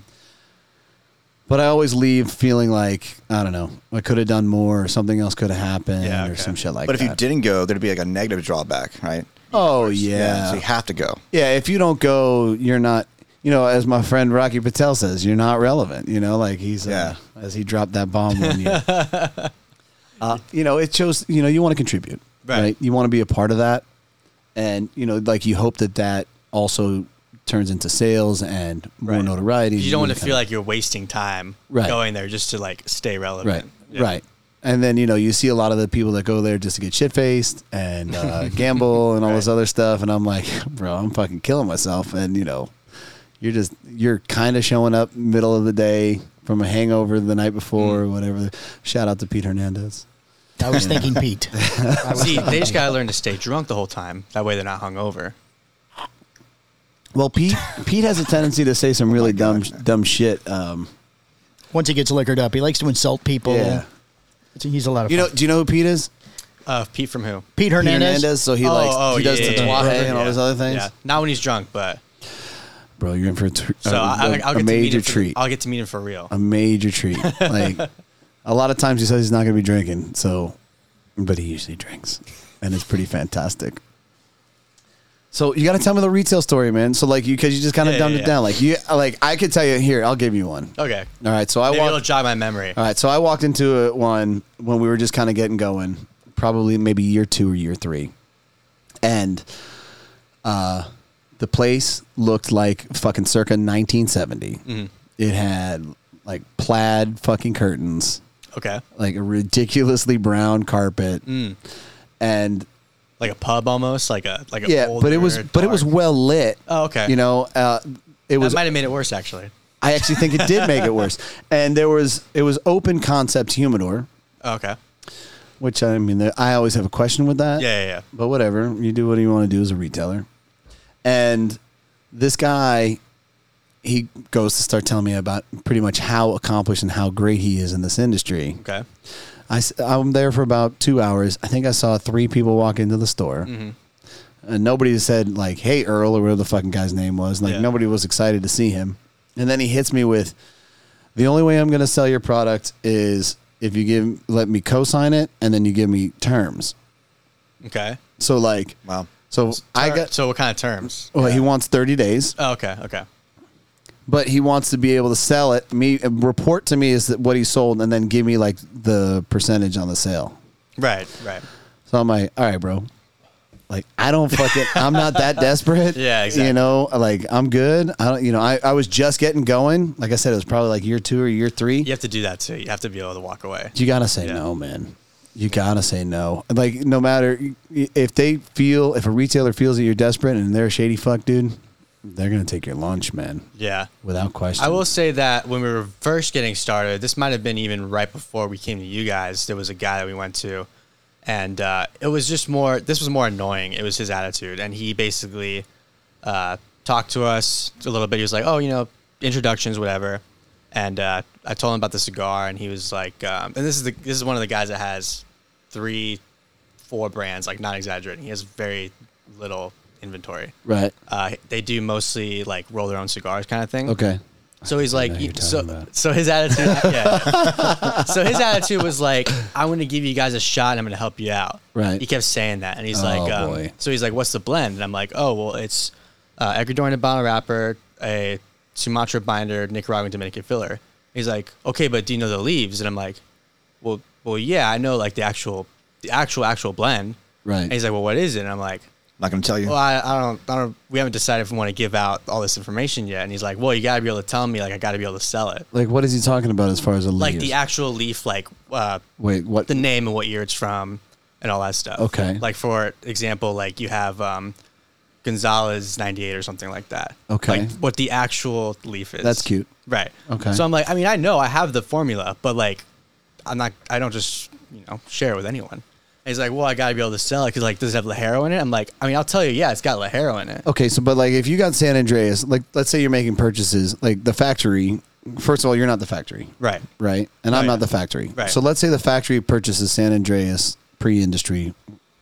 C: but I always leave feeling like I don't know, I could have done more, or something else could have happened,
E: Yeah,
C: or
E: okay.
C: some shit like
F: but if
C: that.
F: you didn't go, there'd be like a negative drawback, right?
C: oh yeah,
F: So you have to go.
C: Yeah, if you don't go, you're not. You know, as my friend Rocky Patel says, you're not relevant. You know, like he's
F: Yeah.
C: uh, as he dropped that bomb one year. uh, you know, it shows. You know, you want to contribute,
E: Right.
C: right? You want to be a part of that, and you know, like you hope that that also turns into sales and more
E: Right.
C: notoriety.
E: You don't want to
C: kinda-
E: feel like you're wasting time
C: Right.
E: going there just to like stay relevant.
C: right,
E: Yeah.
C: right. And then you know you see a lot of the people that go there just to get shit faced and uh, gamble and all this other stuff, and I'm like, bro, I'm fucking killing myself. And you know, you're just you're kind of showing up middle of the day from a hangover the night before
E: Mm.
C: or whatever. Shout out to Pete Hernandez.
A: I was thinking Pete.
E: See, they just gotta learn to stay drunk the whole time. That way they're not hungover.
C: Well, Pete Pete has a tendency to say some
E: Oh
C: really dumb dumb shit. Um,
A: Once he gets liquored up, he likes to insult people.
C: yeah,
A: He's a lot of
C: you know,
A: fun.
C: do you know who Pete is?
E: Uh, Pete from who?
A: Pete Hernandez.
C: So he likes he does the
E: Oh, yeah.
C: and all
E: Yeah.
C: those other things.
E: Yeah, not when he's drunk, but
C: Bro, you're in for a, tr-
E: so
C: a-
E: I, will
C: a
E: get to meet
C: major
E: him for,
C: treat. Um,
E: I'll get to meet him for real.
C: a major treat. Like a lot of times he says he's not going to be drinking, so but he usually drinks, and it's pretty fantastic. So you got to tell me the retail story, man. So like you because you just kind of
E: Yeah,
C: dumbed
E: yeah,
C: it
E: yeah.
C: down. Like you like I could tell you here. I'll give you one.
E: okay,
C: All right. So I
E: maybe it'll
C: walked.
E: jog my memory.
C: All right. So I walked into a, one when we were just kind of getting going, probably maybe year two or year three, and uh, the place looked like fucking circa 1970.
E: Mm-hmm.
C: It had like plaid fucking curtains,
E: Okay,
C: like a ridiculously brown carpet,
E: Mm.
C: and
E: like a pub almost, like a like a
C: yeah, but it was
E: older
C: but it was
E: bar.
C: well lit.
E: Oh, okay.
C: You know, uh, It was
E: that might have made it worse, actually.
C: I actually think it did make it worse. And there was it was open concept humidor,
E: Okay.
C: which I mean there- I always have a question with that.
E: Yeah, yeah, yeah.
C: But whatever, you do what you want to do as a retailer. And this guy he goes to start telling me about pretty much how accomplished and how great he is in this industry.
E: Okay.
C: I, am there for about two hours. I think I saw three people walk into the store. And nobody said, like, hey, Earl, or whatever the fucking guy's name was. Like,
E: Yeah.
C: nobody was excited to see him. And then he hits me with, the only way I'm going to sell your product is if you give, let me co sign it and then you give me terms.
E: Okay.
C: So, like,
F: Wow.
C: so I got,
E: So what kind of terms?
C: well, he wants 30 days,
E: Oh, okay. Okay.
C: but he wants to be able to sell it. Me, report to me is that what he sold and then give me, like, the percentage on the sale.
E: Right. Right.
C: So I'm like, all right, bro. Like I don't fucking I'm not that desperate.
E: Yeah, exactly.
C: You know, like I'm good. I don't you know, I, I was just getting going. Like I said, it was probably like year two or year three.
E: You have to do that too. You have to be able to walk away.
C: You gotta say
E: Yeah.
C: no, man. You gotta say no. Like no matter if they feel if a retailer feels that you're desperate and they're a shady fuck dude, they're gonna take your lunch, man.
E: Yeah.
C: Without question.
E: I will say that when we were first getting started, this might have been even right before we came to you guys. There was a guy that we went to, and uh, it was just more. This was more annoying. It was his attitude, and he basically uh, talked to us a little bit. He was like, "Oh, you know, introductions, whatever." And uh, I told him about the cigar, and he was like, um, "And this is the this is one of the guys that has three, four brands. Like, not exaggerating. He has very little inventory.
C: Right.
E: Uh, they do mostly like roll their own cigars, kind of thing.
C: Okay.
E: So he's like,
C: know who you're
E: so
C: talking about.
E: so his attitude, yeah. so his attitude was like, I'm going to give you guys a shot. and I'm going to help you out.
C: Right.
E: He kept saying that, and he's
C: Oh,
E: like, um,
C: boy.
E: so he's like, what's the blend? And I'm like, oh well, it's uh, Ecuadorian and bottle wrapper, a Sumatra binder, Nicaraguan Dominican filler. He's like, okay, but do you know the leaves? And I'm like, well, well, yeah, I know like the actual, the actual actual blend.
C: Right.
E: And he's like, well, what is it? And I'm like,
F: Not going to tell you.
E: well, I, I don't, I don't. We haven't decided if we want to give out all this information yet. And he's like, well, you gotta be able to tell me. Like, I gotta be able to sell it.
C: Like what is he talking about as far as a
E: Like
C: leaf?
E: the actual leaf, like uh,
C: Wait, what
E: the name and what year it's from, and all that stuff.
C: Okay.
E: Like for example, like you have um, Gonzalez '98 or something like that.
C: Okay.
E: Like what the actual leaf is.
C: That's cute.
E: Right.
C: Okay.
E: So I'm like, I mean, I know I have the formula, but like, I'm not. I don't just you know share it with anyone. And he's like, well, I gotta be able to sell it because like, does it have Lajero in it? I'm like, I mean, I'll tell you, yeah, it's got Lajero in it.
C: Okay, so but like if you got San Andreas, like let's say you're making purchases, like the factory. First of all, you're not the factory,
E: Right.
C: Right, and I'm
E: Right.
C: not the factory.
E: Right.
C: So let's say the factory purchases San Andreas pre-industry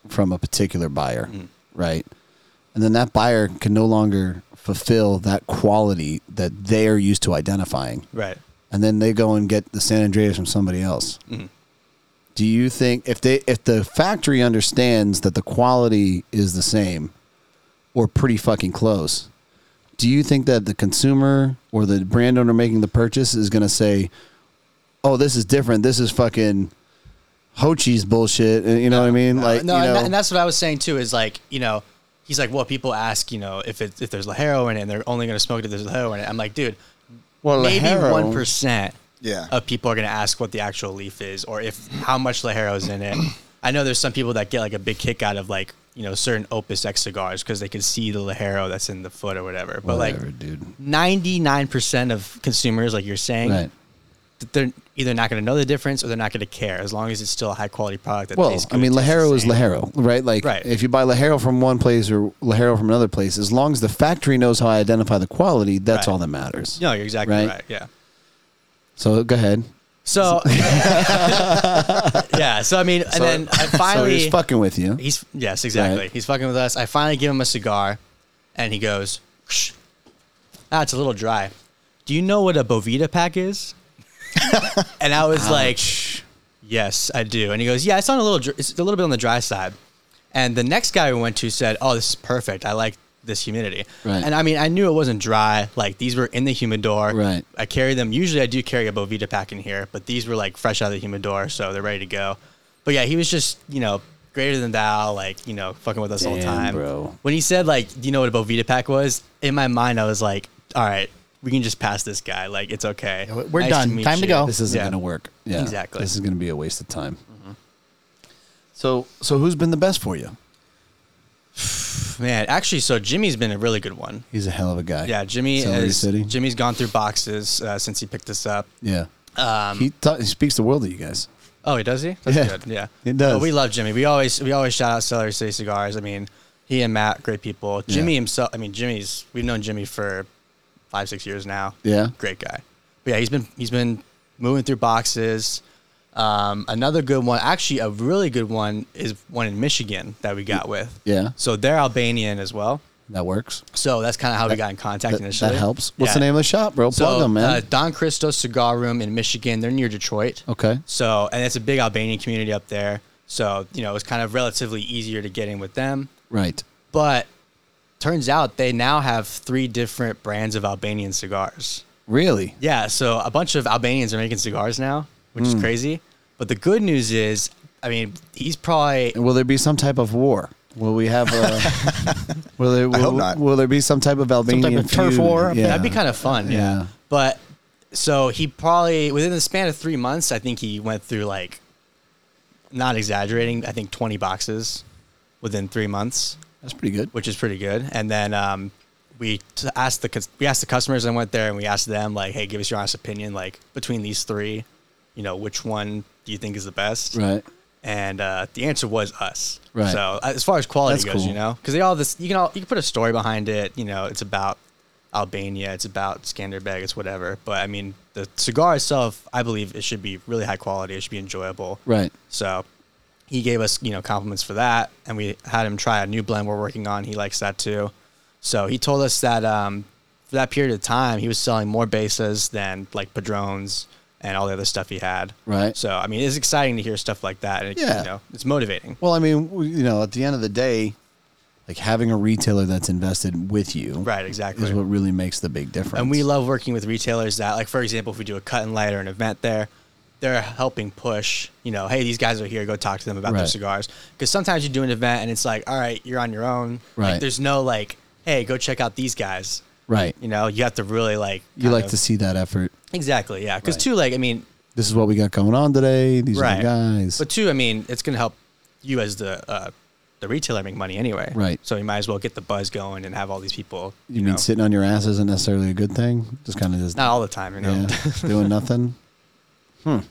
C: from a particular buyer,
E: Mm-hmm.
C: right? And then that buyer can no longer fulfill that quality that they are used to identifying,
E: Right.
C: and then they go and get the San Andreas from somebody else. Do you think if they if the factory understands that the quality is the same or pretty fucking close, do you think that the consumer or the brand owner making the purchase is going to say, "Oh, this is different. This is fucking Ho Chi's bullshit." and- You know what I mean? Like,
E: no,
C: you
E: and,
C: know,
E: that- and that's what I was saying too. Is like you know, he's like, well, people ask you know if it, if there's Lajero in it, and they're only going to smoke it if there's Lajero in it. I'm like, dude,
C: well,
E: maybe
C: Lajero-
E: one percent
F: Yeah.
E: of people are going to ask what the actual leaf is or if how much Lajero is in it. I know there's some people that get like a big kick out of like you know certain Opus X cigars because they can see the Lajero that's in the foot or whatever. But
C: Whatever,
E: like
C: dude.
E: 99% of consumers, like you're saying,
C: Right.
E: that they're either not going to know the difference or they're not going to care as long as it's still a high quality product. That
C: Well,
E: tastes
C: I
E: good,
C: mean,
E: tastes the
C: Lajero is
E: same.
C: Lajero, right? Like,
E: Right.
C: if you buy Lajero from one place or Lajero from another place, as long as the factory knows how I identify the quality, that's
E: Right.
C: all that matters.
E: No, you're exactly
C: Right.
E: right. Yeah.
C: So go ahead.
E: So, yeah. So I mean, and then I
C: so
E: finally
C: he's fucking with you.
E: He's yes, exactly.
C: Right.
E: He's fucking with us. I finally give him a cigar, and he goes, "Shh. "Ah, it's a little dry." Do you know what a Bovita pack is? and I was like, "Yes, I do." And he goes, "Yeah, it's on a little, dr- it's a little bit on the dry side." And the next guy we went to said, "Oh, this is perfect. I like this humidity."
C: Right.
E: And I mean, I knew it wasn't dry. Like these were in the humidor.
C: Right.
E: I carry them. Usually, I do carry a Bovita pack in here, but these were like fresh out of the humidor, so they're ready to go. But yeah, he was just you know greater than thou, like you know fucking with us all the
C: Damn,
E: time,
C: bro.
E: When he said like, "Do you know what a Bovita pack was?" In my mind, I was like, "All right, we can just pass this guy. Like it's okay.
A: we're done.
E: meet
A: Time to
E: you."
A: go.
C: This isn't
E: Yeah.
C: going to work. Yeah,
E: Exactly. Mm-hmm.
C: This is going to be a waste of time. So, so who's been the best for you?
E: man, actually, so Jimmy's been a really good one.
C: He's a hell of a guy.
E: Yeah, Jimmy
C: Celery
E: has
C: City.
E: Jimmy's gone through boxes uh, since he picked this up.
C: yeah.
E: um,
C: he, ta- he speaks the world to you guys.
E: Oh, he does he? That's
C: Yeah.
E: good. Yeah,
C: He does.
E: But we love Jimmy. We always we always shout out Celery City Cigars. I mean, he and Matt, great people. Jimmy
C: Yeah.
E: himself. I mean, Jimmy's. We've known Jimmy for five six years now.
C: Yeah.
E: great guy. But yeah, he's been he's been moving through boxes. Um, another good one, actually, a really good one is one in Michigan that we got with.
C: Yeah.
E: So they're Albanian as well.
C: That works.
E: So that's kind of how we got in contact
C: That,
E: initially.
C: that helps. What's
E: Yeah.
C: the name of the shop, bro? Plug
E: So,
C: them, man.
E: Uh, Don Cristo Cigar Room in Michigan. They're near Detroit.
C: okay.
E: So, and it's a big Albanian community up there. So, you know, it's kind of relatively easier to get in with them.
C: Right.
E: But turns out they now have three different brands of Albanian cigars.
C: Really?
E: Yeah, so a bunch of Albanians are making cigars now, which
C: Hmm.
E: is crazy. But the good news is, I mean, he's probably
C: Will there be some type of war? Will we have a? will there? Will,
F: hope not.
C: will there be some type of Albanian
A: of turf
C: feud?
A: war?
C: Yeah.
E: that'd be kind of fun. Yeah.
C: Yeah.
E: But so he probably within the span of three months, I think he went through like, not exaggerating, I think twenty boxes within three months.
C: That's pretty good.
E: which is pretty good. And then um, we t- asked the cus- we asked the customers and went there and we asked them like, hey, give us your honest opinion, like between these three, you know, which one do you think is the best?
C: Right.
E: And uh, the answer was us.
C: Right.
E: So uh, as far as quality
C: That's
E: goes,
C: cool.
E: you know, because they all this you can all you can put a story behind it. You know, it's about Albania, it's about Skanderbeg, it's whatever. But I mean, the cigar itself, I believe it should be really high quality. It should be enjoyable.
C: Right.
E: So he gave us, you know, compliments for that. And we had him try a new blend we're working on. He likes that too. So he told us that um, for that period of time, he was selling more bases than like Padrones and all the other stuff he had.
C: Right.
E: So, I mean, it's exciting to hear stuff like that. And, it,
C: Yeah.
E: you know, it's motivating.
C: Well, I mean, w- you know, at the end of the day, like having a retailer that's invested with you,
E: Right, exactly.
C: is what really makes the big difference.
E: And we love working with retailers that, like, for example, if we do a cut and light or an event there, they're helping push, you know, hey, these guys are here, go talk to them about their
C: Right.
E: cigars. Because sometimes you do an event and it's like, all right, you're on your own.
C: Right.
E: Like, there's no, like, hey, go check out these guys.
C: right.
E: You know, you have to really, like,
C: You
E: kind
C: like
E: of-
C: to see that effort.
E: Exactly, yeah. Because, two, like, I mean,
C: This is what we got going on today. These are
E: right.
C: the guys.
E: But, two, I mean, it's going to help you as the, uh, the retailer make money anyway.
C: Right.
E: So you might as well get the buzz going and have all these people.
C: you, mean
E: know,
C: sitting on your ass isn't necessarily a good thing? Just kind of just
E: Not all the time, you know.
C: yeah, doing nothing. Hmm. All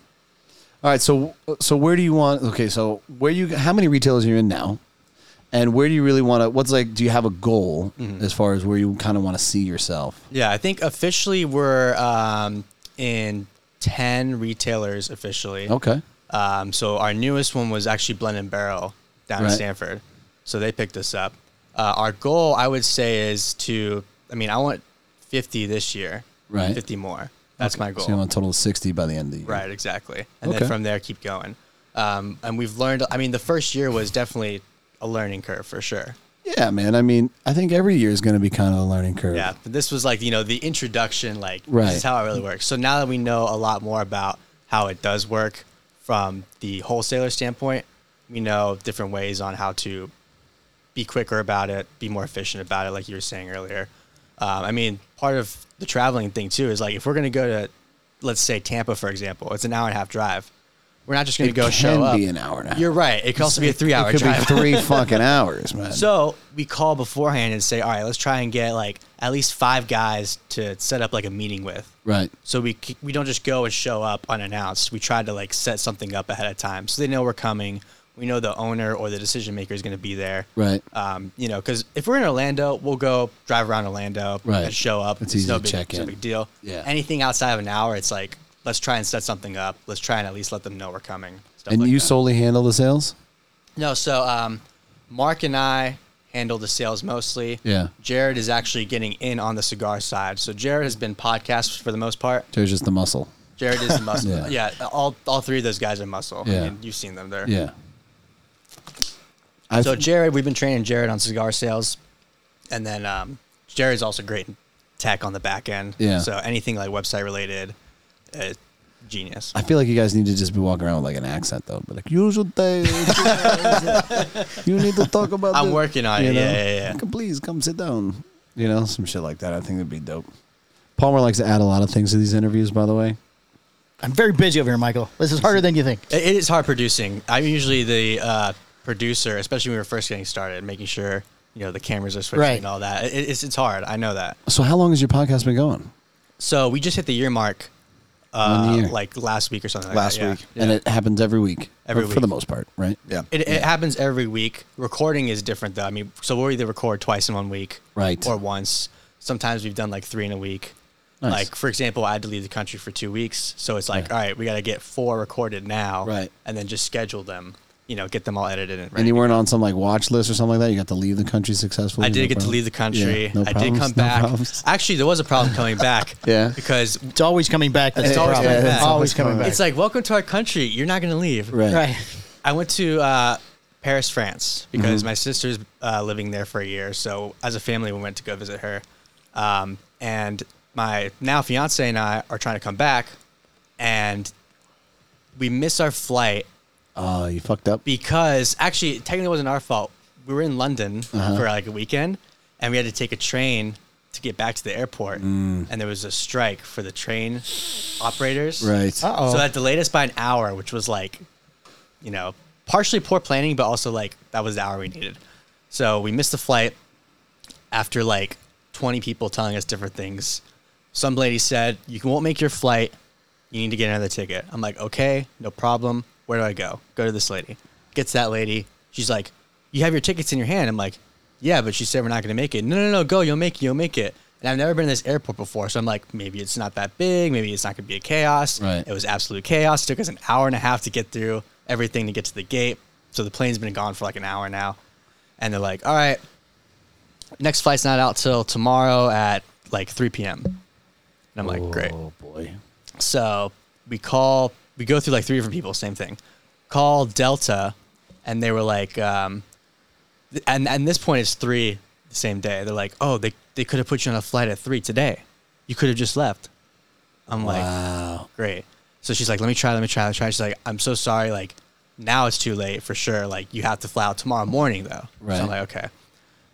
C: right. So so where do you want? Okay. So where you? How many retailers are you in now? And where do you really want to? What's like? Do you have a goal
E: Mm-hmm.
C: as far as where you kind of want to see yourself?
E: Yeah, I think officially we're um, in 10 retailers officially.
C: Okay.
E: Um, so our newest one was actually Blend and Barrel down in
C: Right.
E: Stanford. So they picked us up. Uh, our goal, I would say, is to, I mean, I want 50 this year,
C: Right.
E: 50 more. That's my goal.
C: So you want a total of sixty by the end of the year.
E: Right, exactly. And
C: Okay.
E: then from there, keep going. Um, and we've learned, I mean, the first year was definitely a learning curve for sure.
C: Yeah, man. I mean, I think every year is going to be kind of a learning curve.
E: Yeah, but this was like you know the introduction, like
C: Right.
E: this is how it really works. So now that we know a lot more about how it does work from the wholesaler standpoint, we know different ways on how to be quicker about it, be more efficient about it, like you were saying earlier. Um, I mean, part of the traveling thing too is like if we're gonna go to, let's say Tampa for example, it's an hour and a half drive. We're not just gonna
C: It
E: go
C: can
E: show up.
C: be an hour and a half.
E: You're right. It could also be a three hour
C: It could
E: drive.
C: be three fucking hours, man.
E: So we call beforehand and say, all right, let's try and get like at least five guys to set up like a meeting with.
C: right.
E: So we c- we don't just go and show up unannounced. We try to like set something up ahead of time so they know we're coming. We know the owner or the decision maker is going to be there.
C: Right.
E: Um, you know, because if we're in Orlando, we'll go drive around Orlando
C: Right.
E: and show up.
C: It's
E: It's
C: easy
E: no
C: to
E: big,
C: check
E: it's no
C: in.
E: big deal.
C: Yeah.
E: Anything outside of an hour, it's like let's try and set something up. Let's try and at least let them know we're coming. Stuff
C: and
E: like
C: you
E: that.
C: solely handle the sales?
E: No, so um, Mark and I handle the sales mostly.
C: Yeah.
E: Jared is actually getting in on the cigar side. So Jared has been podcast for the most part.
C: There's just the muscle.
E: Jared is the muscle.
C: Yeah.
E: yeah. all all three of those guys are muscle.
C: Yeah.
E: I mean, you've seen them there.
C: Yeah. I
E: So
C: so
E: Jared, we've been training Jared on cigar sales, and then um, Jared's also great in tech on the back end.
C: Yeah.
E: So anything like website related, uh, genius.
C: I feel like you guys need to just be walking around with like an accent though, but like usual day. you need to talk about.
E: I'm
C: this,"
E: working on
C: you
E: it.
C: know?
E: Yeah, yeah, yeah.
C: Like, please come sit down. You know, some shit like that. I think that'd be dope. Palmer likes to add a lot of things to these interviews, by the way.
A: I'm very busy over here, Michael. This is harder than you think.
E: It, it is hard producing. I'm usually the uh, producer, especially when we were first getting started, making sure you know the cameras are switching
A: Right.
E: and all that. It, it's it's hard. I know that.
C: So how long has your podcast been going?
E: So we just hit the year mark,
C: One
E: uh,
C: year.
E: like last week or something. like
F: Last
E: that, yeah.
F: week.
E: Yeah.
C: And it happens every week.
E: Every
C: for, for
E: week.
C: the most part, right?
F: Yeah.
E: It, it happens every week. Recording is different though. I mean, so we'll either record twice in one week,
C: Right.
E: or once. Sometimes we've done like three in a week.
C: Nice.
E: Like for example, I had to leave the country for two weeks, so it's like, all right, we got to get four recorded now,
C: Right.
E: And then just schedule them. You know, get them all edited and ready.
C: And you weren't on some like watch list or something like that. You got to leave the country successfully.
E: I did
C: no
E: get to
C: problem?
E: leave the country.
C: Yeah, no
E: I did
C: problems,
E: come
C: no
E: back.
C: problems.
E: Actually, there was a problem coming back.
C: Yeah.
E: Because
A: It's always coming back. That's
E: It's
A: the
E: always
A: problem.
E: coming back.
A: Always coming back.
E: it's like, welcome to our country. You're not going to leave.
C: Right.
A: right.
E: I went to uh, Paris, France,
C: Mm-hmm.
E: because my sister's uh, living there for a year. So as a family, we went to go visit her. Um, and my now fiance and I are trying to come back, and we miss our flight
C: Oh, you fucked up.
E: because actually, it technically, wasn't our fault. We were in London for like a weekend, and we had to take a train to get back to the airport. And there was a strike for the train operators.
C: Right.
A: Uh oh.
E: So that delayed us by an hour, which was like, you know, partially poor planning, but also like that was the hour we needed. So we missed the flight after like 20 people telling us different things. Some lady said, You won't make your flight. You need to get another ticket. I'm like, Okay, no problem. Where do I go? Go to this lady. Gets that lady. She's like, You have your tickets in your hand. I'm like, Yeah, but she said we're not going to make it. No, no, no, go. You'll make it. You'll make it. And I've never been in this airport before. So I'm like, Maybe it's not that big. Maybe it's not going to be a chaos.
C: Right.
E: It was absolute chaos. It took us an hour and a half to get through everything to get to the gate. So the plane's been gone for like an hour now. And they're like, All right, next flight's not out till tomorrow at like 3 p.m. And I'm like, great.
C: Oh boy.
E: So we call, we go through like three different people, same thing. Call Delta, and they were like, um, th- and and this point it's three the same day. They're like, oh, they they could have put you on a flight at three today. You could have just left. I'm like, great. So she's like, let me try, let me try, let me try. She's like, I'm so sorry. Like, now it's too late for sure. Like, you have to fly out tomorrow morning though. So
C: Right.
E: I'm like, okay.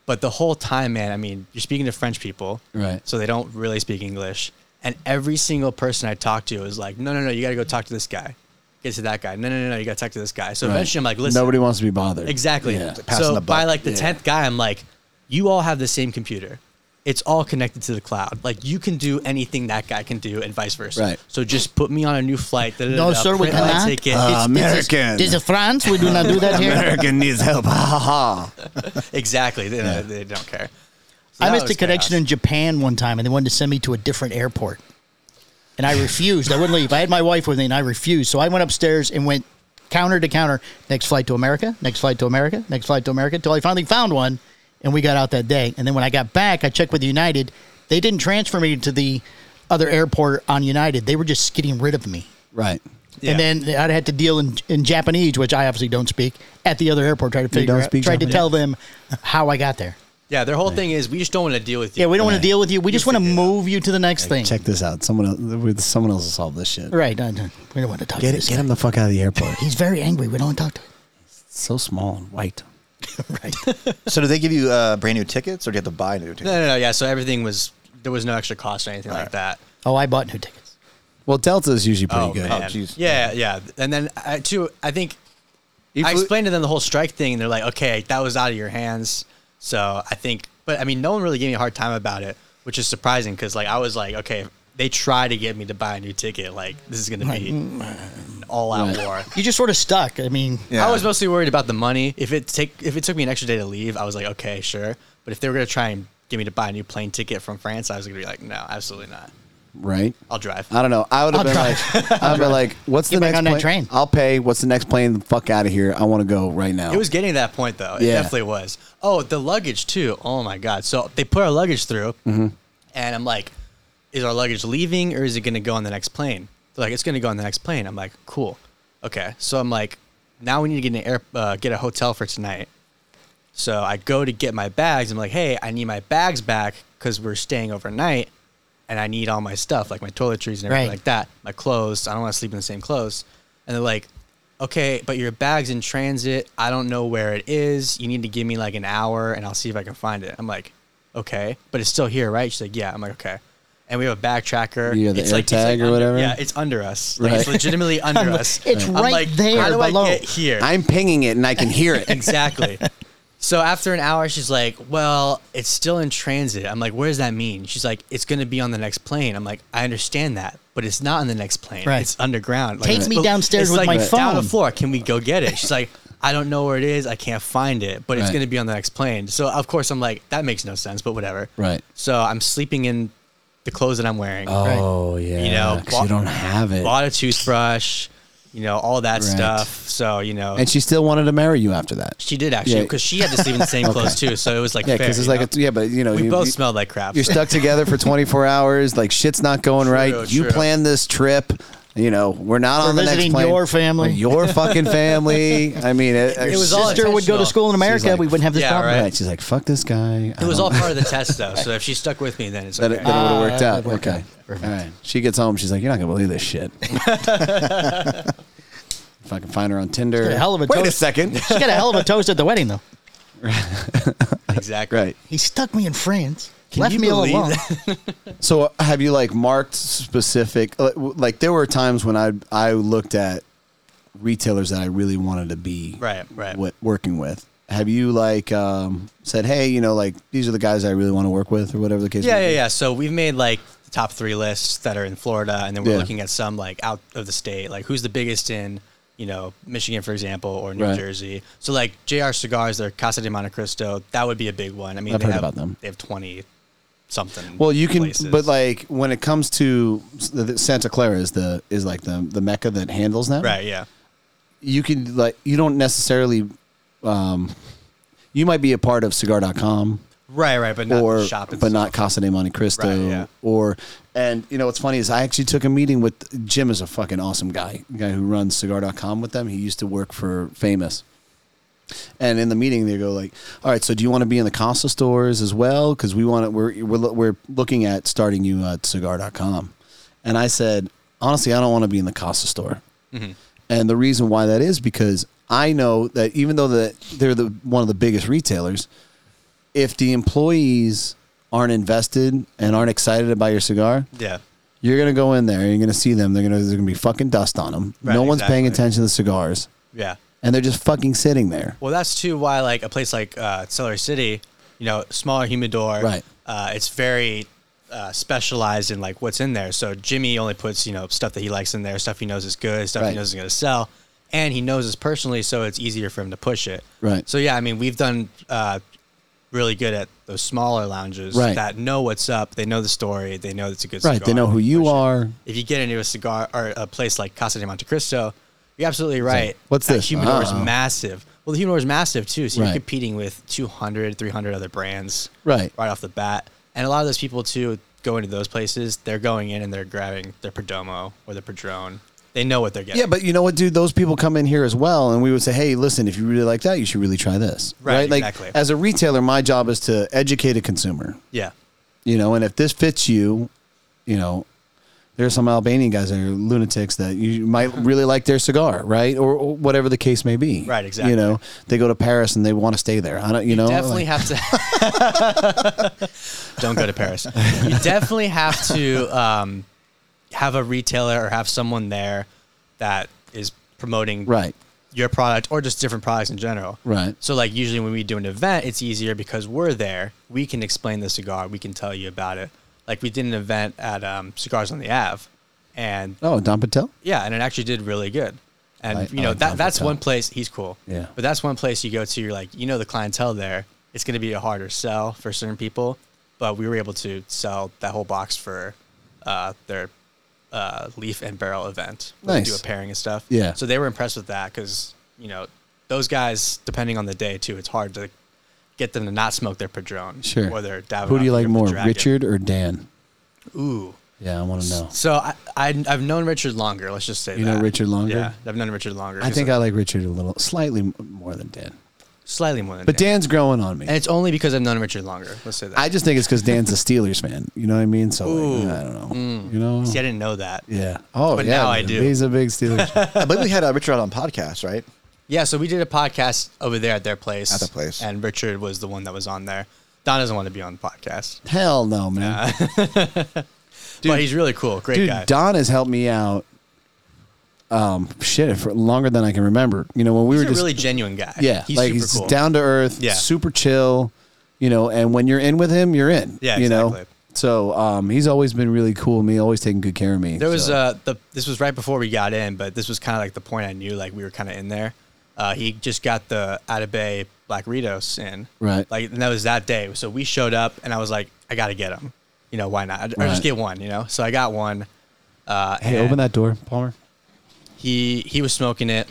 E: But the whole time, man, I mean, you're speaking to French people,
C: Right.
E: So they don't really speak English, and every single person I talked to was like, "No, no, no, you got to go talk to this guy, get to that guy. No, no, no, no, you got to talk to this guy." So eventually, I'm like, "Listen,
C: Nobody wants to be bothered.
E: exactly."
C: Yeah.
F: passing
E: So
F: the
E: by
F: buck.
E: like the tenth guy, I'm like, "You all have the same computer. It's all connected to the cloud. Like you can do anything that guy can do, and vice versa.
C: Right.
E: So just put me on a new flight. da, da, da,
A: No,
E: da,
A: sir, Uh-huh. we
E: print my
A: cannot.
E: ticket.
C: Uh,
E: It's-
C: American.
A: This is France. We do not do that here.
C: American needs help. Ha ha ha.
E: exactly. They, they don't care. So
A: I
E: that
A: missed a
E: was
A: connection
E: chaos.
A: in Japan one time, and they wanted to send me to a different airport, and I refused. I wouldn't leave. I had my wife with me, and I refused. So I went upstairs and went counter to counter. Next flight to America. Next flight to America. Next flight to America. Until I finally found one, and we got out that day. And then when I got back, I checked with United. They didn't transfer me to the other airport on United. They were just getting rid of me.
C: Right.
E: Yeah.
A: And then I'd had to deal in, in Japanese, which I obviously don't speak, at the other airport. Try to figure
C: don't
A: out,
C: speak
A: tried to
C: Japanese?
A: tell them how I got there.
E: yeah, their whole thing is we just don't want to deal with you.
A: Yeah, we don't want
C: Right.
A: to deal with you. We just want to
E: figure it
A: move you to the next thing.
C: Check this out. Someone else, with- someone else will solve this shit.
A: Right. No, no, we don't want to talk to
C: Get it.
A: this
C: Get
A: guy.
C: him the fuck out of the airport.
A: He's very angry. We don't want to talk to him.
C: It's so small and white.
F: So do they give you uh, brand new tickets, or do you have to buy new tickets?
E: No, no, no. Yeah, so everything was there was no extra cost or anything like that.
A: Oh, I bought new tickets.
C: Well, Delta is usually pretty good.
E: man.
F: Oh, jeez.
E: yeah, yeah. And then I, too, I think
F: You
E: I
F: flew-
E: explained to them the whole strike thing, and they're like, "Okay, that was out of your hands." So I think, but I mean, no one really gave me a hard time about it, which is surprising because like I was like, "Okay, they try to get me to buy a new ticket. Like this is gonna be an all-out war."
A: You just sort of stuck. I mean,
F: Yeah.
E: I was mostly worried about the money. If it take if it took me an extra day to leave, I was like, okay, sure. But if they were gonna try and get me to buy a new plane ticket from France, I was gonna be like, no, absolutely not.
C: Right.
E: I'll drive.
C: I don't know. I would have
A: I'll
C: been
A: drive.
C: like, I'd been like, what's
A: Get
C: the
A: back
C: next
A: on that
C: plane?
A: train.
C: I'll pay. What's the next plane? The fuck out of here. I want to go right now.
E: It was getting to that point though. It
C: Yeah.
E: definitely was. Oh, the luggage too. Oh my god. So they put our luggage through, and I'm like, is our luggage leaving or is it gonna go on the next plane? They're like, it's gonna go on the next plane. I'm like, cool. Okay. So I'm like, now we need to get an air, uh, get a hotel for tonight. So I go to get my bags. I'm like, hey, I need my bags back because we're staying overnight, and I need all my stuff, like my toiletries and everything
A: Right.
E: like that, my clothes. I don't want to sleep in the same clothes. And they're like, okay, but your bag's in transit. I don't know where it is. You need to give me like an hour, and I'll see if I can find it. I'm like, okay, but it's still here, right? She's like, yeah. I'm like, okay. And we have a bag tracker.
C: You have the
E: It's like- it's
C: AirTag
E: like
C: or
E: under-
C: whatever?
E: Yeah, it's under us. Like, It's
C: Right.
E: legitimately under us.
A: it's
E: I'm
A: right
E: like,
A: there
E: How do
A: below."
E: I get here?
C: I'm pinging it and I can hear it.
E: Exactly. So after an hour, she's like, "Well, it's still in transit." I'm like, "What does that mean?" She's like, "It's going to be on the next plane." I'm like, "I understand that, but it's not on the next plane.
A: Right.
E: It's underground. Like,
A: Take
E: it's
A: me
E: be-
A: downstairs
E: it's
A: with
E: like
A: my
E: Down the
A: phone.
E: floor. Can we go get it?" She's like, "I don't know where it is. I can't find it, but it's
C: Right.
E: going to be on the next plane." So of course, I'm like, "That makes no sense," but whatever.
C: Right.
E: So I'm sleeping in the clothes that I'm wearing.
C: Oh yeah.
E: You know,
C: 'cause you don't have
E: A
C: it.
E: lot of toothbrush, you know, all
C: Right.
E: that stuff. So you know,
C: And she still wanted to marry you after that.
E: she did actually
C: Yeah.
E: because she had to sleep in the same clothes too. So it was like
C: Yeah,
E: fair,
C: because it's
E: you
C: like
E: know?
C: a, yeah, but you know
E: we
C: you,
E: both
C: you,
E: smelled like crap.
C: You're stuck together for 24 hours. Like shit's not going right. You
E: true.
C: planned this trip. You know we're not on the next
A: visiting
C: plane.
A: your family.
C: Or your fucking family. I mean, it,
E: It was all
A: Sister would go to
E: intentional.
A: school in America.
C: like,
A: we wouldn't have this
E: yeah,
A: problem.
E: right.
C: Right. She's like, fuck this guy.
E: It was all part of the test, though. So if she stuck with me, then it's ah,
C: that
E: okay.
C: it, that it would have worked
A: that
C: out.
A: would work
C: okay. All right. She gets home. She's like, you're not gonna believe this shit. if I can find her on Tinder.
A: a hell of a
F: Wait a
A: toast.
F: second.
A: She got a hell of a toast at the wedding, though.
E: exactly.
C: Right.
A: He stuck me in France, left
E: you
A: me all
E: believe
A: alone.
C: So have you like marked specific like, w- like there were times when I I looked at retailers that I really wanted to be
E: Right, right.
C: wi- working with. Have you like um, said, hey, you know, like these are the guys I really want to work with or whatever the case?
E: Yeah,
C: may
E: yeah,
C: be?
E: yeah. So we've made like the top three lists that are in Florida, and then we're
C: Yeah.
E: looking at some like out of the state, like who's the biggest in, you know, Michigan, for example, or New
C: Right.
E: Jersey. So like JR Cigars, their Casa de Monte Cristo, that would be a big one. I mean,
C: I've
E: they
C: heard
E: have,
C: about them.
E: They have twenty something.
C: Well, you can,
E: places.
C: but like when it comes to the, the Santa Clara is the is like the the mecca that handles that,
E: right, yeah,
C: You can like you don't necessarily, um, you might be a part of Cigar.com.
E: right, right, but not
C: or
E: the shop.
C: but
E: itself.
C: not Casa de Monte Cristo
E: Right, yeah.
C: or and you know what's funny is I actually took a meeting with Jim is a fucking awesome guy the guy who runs cigar.com with them he used to work for Famous and in the meeting they go like all right so do you want to be in the Casa stores as well because we want to we're, we're lo- we're looking at starting you at cigar.com and I said honestly I don't want to be in the Casa store
E: Mm-hmm.
C: and the reason why that is because I know that even though that they're the one of the biggest retailers if the employees aren't invested and aren't excited about your cigar,
E: yeah,
C: you're gonna go in there. You're gonna see them. They're gonna there's gonna be fucking dust on them.
E: Right,
C: no one's paying
E: exactly.
C: attention to the cigars,
E: yeah.
C: and they're just fucking sitting there.
E: Well, that's too why like a place like uh, Celery City, you know, smaller humidor.
C: Right.
E: Uh, it's very uh, specialized in like what's in there. So Jimmy only puts you know stuff that he likes in there, stuff he knows is good, stuff
C: Right.
E: he knows is going to sell, and he knows us personally, so it's easier for him to push it.
C: Right.
E: So yeah, I mean, we've done uh, really good at those smaller lounges
C: Right.
E: that know what's up. They know the story. They know it's a good.
C: Right?
E: cigar,
C: They know who
E: can
C: you
E: push it.
C: are.
E: If you get into a cigar or a place like Casa de Monte Cristo, you're absolutely right.
C: what's
E: that
C: this? Uh-huh.
E: Humidor is
C: Uh-oh.
E: massive. Well, the humidor is massive too, so
C: Right.
E: you're competing with 200, 300 other brands
C: Right.
E: right off the bat. And a lot of those people too go into those places. They're going in and they're grabbing their Perdomo or their Padrone. They know what they're getting.
C: Yeah, but you know what, dude? Those people come in here as well, and we would say, "Hey, listen, if you really like that, you should really try this."
E: Right,
C: Like
E: exactly.
C: as a retailer, my job is to educate a consumer.
E: yeah,
C: you know, and if this fits you, you know, there's some Albanian guys that are lunatics that you might really like their cigar, right, or, or whatever the case may be.
E: Right, exactly.
C: You know, they go to Paris and they want to stay there. I don't, you, know,
E: definitely
C: like-
E: have to. Don't go to Paris. You definitely have to um, have a retailer or have someone there that is promoting
C: right,
E: your product or just different products in general.
C: Right.
E: So like usually when we do an event, it's easier because we're there. We can explain the cigar. We can tell you about it. Like we did an event at um, Cigars on the Ave, and
C: oh, Don Patel,
E: yeah, and it actually did really good. And
C: I-
E: you
C: I
E: know
C: like Don
E: that that's
C: Patel.
E: one place he's cool.
C: Yeah.
E: But that's one place you go to. You're like you know the clientele there. It's going to be a harder sell for certain people, but we were able to sell that whole box for uh, their uh, leaf and barrel event. where they
C: Nice.
E: Do a pairing and stuff.
C: Yeah.
E: So they were impressed with that because you know those guys, depending on the day too, it's hard to get them to not smoke their Padron.
C: sure.
E: Or their Davidoff
C: Who do you like
E: Griffin
C: more,
E: Dragon.
C: Richard or Dan?
E: Ooh.
C: Yeah, I want to know.
E: So I, I I've known Richard longer. Let's just say
C: You know
E: that.
C: Richard longer?
E: Yeah, I've known Richard longer.
C: I
E: He's
C: think
E: a-
C: I like Richard a little, slightly m- more than Dan,
E: slightly more than.
C: but
E: Dan.
C: Dan's growing on me.
E: and it's only because I've known Richard longer. Let's say that.
C: I just think it's because Dan's a Steelers fan. You know what I mean? So like,
E: Ooh. Mm.
C: I don't know. You know?
E: See, I didn't know that.
C: yeah. Oh,
E: But
C: yeah.
E: now I
C: man.
E: do.
C: He's a big Steelers. fan.
F: I believe we had uh, Richard on podcast, right?
E: Yeah, so we did a podcast over there at their place.
F: At the place.
E: and Richard was the one that was on there. Don doesn't want to be on the podcast,
C: Hell no, man.
E: but he's really cool, great
C: Dude,
E: guy.
C: Don has helped me out um, shit for longer than I can remember. You know, when we
E: He's
C: were
E: a
C: just
E: really genuine guy.
C: yeah,
E: he's
C: like
E: super
C: he's
E: cool.
C: down to earth,
E: Yeah.
C: super chill, you know. And when you're in with him, you're in.
E: Yeah,
C: you know.
E: exactly.
C: So um, he's always been really cool. with Me, always taking good care of me.
E: There was
C: so.
E: uh the this was right before we got in, but this was kind of like the point I knew like we were kind of in there. Uh, he just got the Atabey Black Ritos in,
C: Right.
E: Like and that was that day. So we showed up, and I was like, I gotta get him. You know why not? I, I
C: Right.
E: just get one, you know. So I got one. Uh,
C: hey,
E: and
C: open that door, Palmer.
E: He he was smoking it.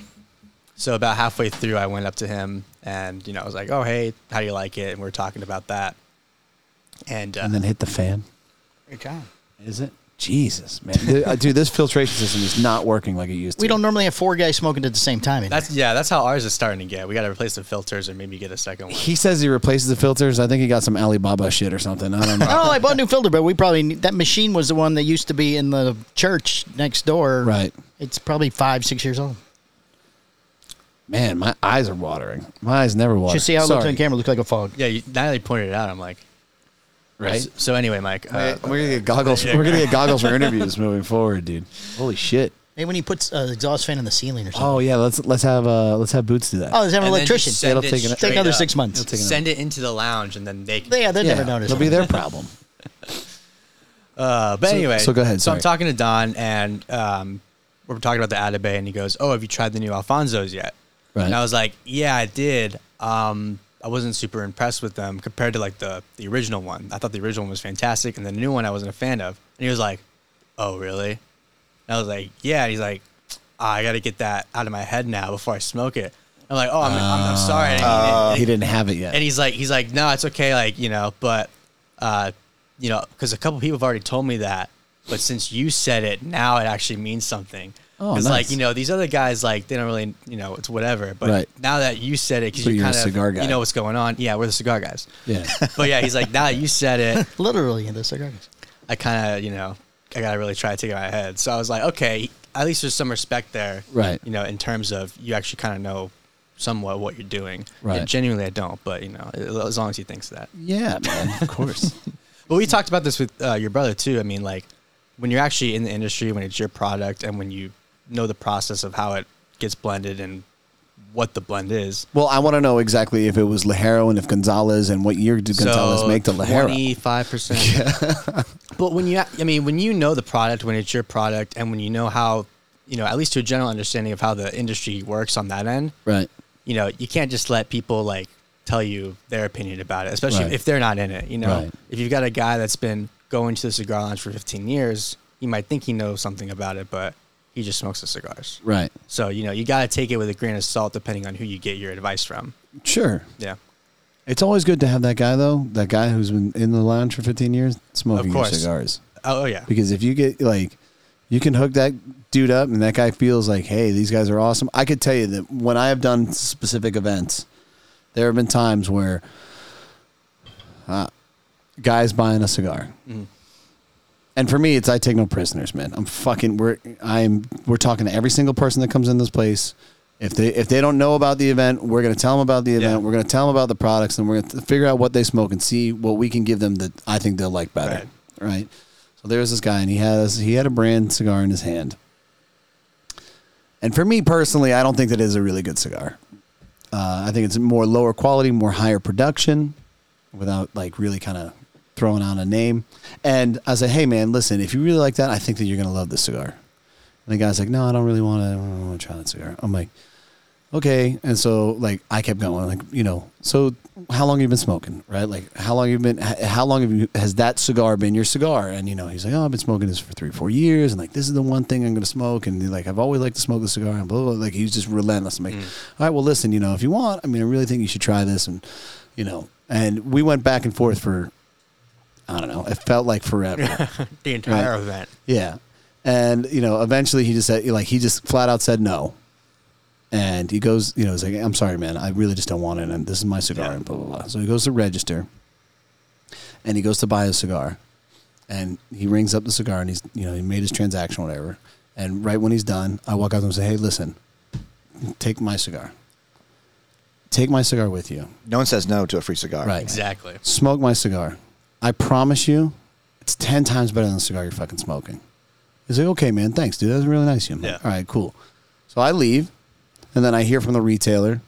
E: So about halfway through, I went up to him, and you know I was like, Oh hey, how do you like it? And we are talking about that. And, uh,
C: And then hit the fan.
A: Good time.
C: Is it? Jesus, man, Dude, uh, dude, this filtration system is not working like it used to.
A: We don't normally have four guys smoking at the same time. in
E: that's yeah, that's how ours is starting to get. We got to replace the filters and maybe get a second one.
C: He says he replaces the filters. I think he got some Alibaba shit or something. I don't know.
A: Oh, I bought a new filter, but we probably that machine was the one that used to be in the church next door.
C: Right.
A: It's probably five, six years old.
C: Man, my eyes are watering. My eyes never water.
A: Should see how it
C: Sorry.
A: looks on camera. Look like a fog.
E: Yeah, you, now that you pointed it out, I'm like,
C: Right.
E: So, so anyway, Mike, uh,
C: We're gonna get goggles. We're gonna get goggles for interviews moving forward, dude. Holy shit.
A: Maybe when he puts an exhaust fan in the ceiling or something.
C: Oh yeah, let's let's have uh let's have boots do that.
A: Oh, there's an
E: and then
A: electrician.
E: just send
C: It'll
E: it
C: take an-
E: straight
A: Take another
E: up.
A: six months.
C: It'll take another-
E: Send it into the lounge, and then they. Can,
A: Yeah, they
C: yeah,
A: never notice.
C: It'll be their problem.
E: uh, but anyway,
C: so go ahead,
E: So
C: sorry.
E: I'm talking to Don, and um, we're talking about the Atabey, and he goes, "Oh, have you tried the new Alfonso's yet?"
C: Right.
E: And I was like, "Yeah, I did. Um, I wasn't super impressed with them compared to like the the original one. I thought the original one was fantastic, and the new one I wasn't a fan of." And he was like, "Oh, really?" And I was like, yeah. And he's like, "Ah, I got to get that out of my head now before I smoke it. I'm like, oh, I'm, I'm, I'm sorry. I didn't mean it."
C: he didn't have it yet.
E: And he's like, he's like, no, it's okay. Like, you know, but, uh, you know, because a couple people have already told me that, but since you said it, now it actually means something.
C: Oh,
E: It's like
C: nice.
E: you know these other guys like they don't really you know it's whatever. But
C: Right.
E: now that you said it, because
C: So
E: you
C: you're a
E: kind of
C: cigar guy.
E: you know what's going on. Yeah, we're the cigar guys.
C: yeah.
E: But yeah, he's like now that you said it,
A: Literally in the cigar case.
E: I kind of, you know, I got to really try to take it out of my head. So I was like, okay, at least there's some respect there.
C: Right.
E: You know, in terms of you actually kind of know somewhat what you're doing.
C: Right.
E: And genuinely, I don't, but, you know, as long as he thinks that.
C: Yeah, man. Of course.
E: But we talked about this with uh, your brother, too. I mean, like, when you're actually in the industry, when it's your product and when you know the process of how it gets blended and what the blend is.
C: well, I want to know exactly if it was Lajero and if Gonzalez and what year did Gonzalez
E: so
C: make the Lajero?
E: Twenty-five percent. but when you, I mean, when you know the product, when it's your product, and when you know how, you know, at least to a general understanding of how the industry works on that end,
C: Right.
E: you know, you can't just let people like tell you their opinion about it, especially
C: Right.
E: if they're not in it. You know,
C: Right.
E: if you've got a guy that's been going to the cigar lounge for fifteen years, you might think he knows something about it, but he just smokes the cigars.
C: Right.
E: So you know, you got to take it with a grain of salt, depending on who you get your advice from.
C: Sure.
E: Yeah.
C: It's always good to have that guy though. That guy who's been in the lounge for 15 years smoking
E: Of
C: your
E: course.
C: cigars.
E: Oh, oh, yeah.
C: because if you get like you can hook that dude up and that guy feels like hey these guys are awesome i could tell you that when i have done specific events there have been times where uh, guys buying a cigar and for me it's i take no prisoners man i'm fucking we're i'm we're talking to every single person that comes in this place if they if they don't know about the event we're going to tell them about the event we're going to tell them about the products and we're going to figure out what they smoke and see what we can give them that i think they'll like better right, so there was this guy and he has he had a brand cigar in his hand and for me personally i don't think that is a really good cigar uh, i think it's more lower quality more higher production without like really kind of throwing out a name. And I said, hey man, listen, if you really like that, I think that you're gonna love this cigar. And the guy's like, no, I don't really want to. I don't want to try that cigar. I'm like, okay. And so like I kept going, like you know, so how long you been smoking, right? Like how long you been? h- How long have you has that cigar been your cigar? And you know, he's like, oh, I've been smoking this for three, four years, and like this is the one thing I'm gonna smoke, and like I've always liked to smoke the cigar, and blah blah. blah. Like he's just relentless. I'm like, all right, well, listen, you know, if you want, I mean, I really think you should try this, and you know, and we went back and forth for. I don't know. It felt like forever.
E: The entire
C: Right.
E: event.
C: Yeah. And, you know, eventually he just said, like, he just flat out said no. And he goes, you know, he's like, I'm sorry, man. I really just don't want it. And this is my cigar and blah, blah, blah. So he goes to register and he goes to buy a cigar and he rings up the cigar and he's, you know, he made his transaction, whatever. And right when he's done, I walk up to him and say, hey, listen, take my cigar. Take my cigar with you.
F: No one says no to a free cigar.
C: Right.
E: Exactly.
C: Smoke my cigar. I promise you, it's 10 times better than the cigar you're fucking smoking. He's like, okay, man, thanks, dude. That was really nice of you. I'm like,
E: Yeah.
C: All right, cool. So I leave, and then I hear from the retailer.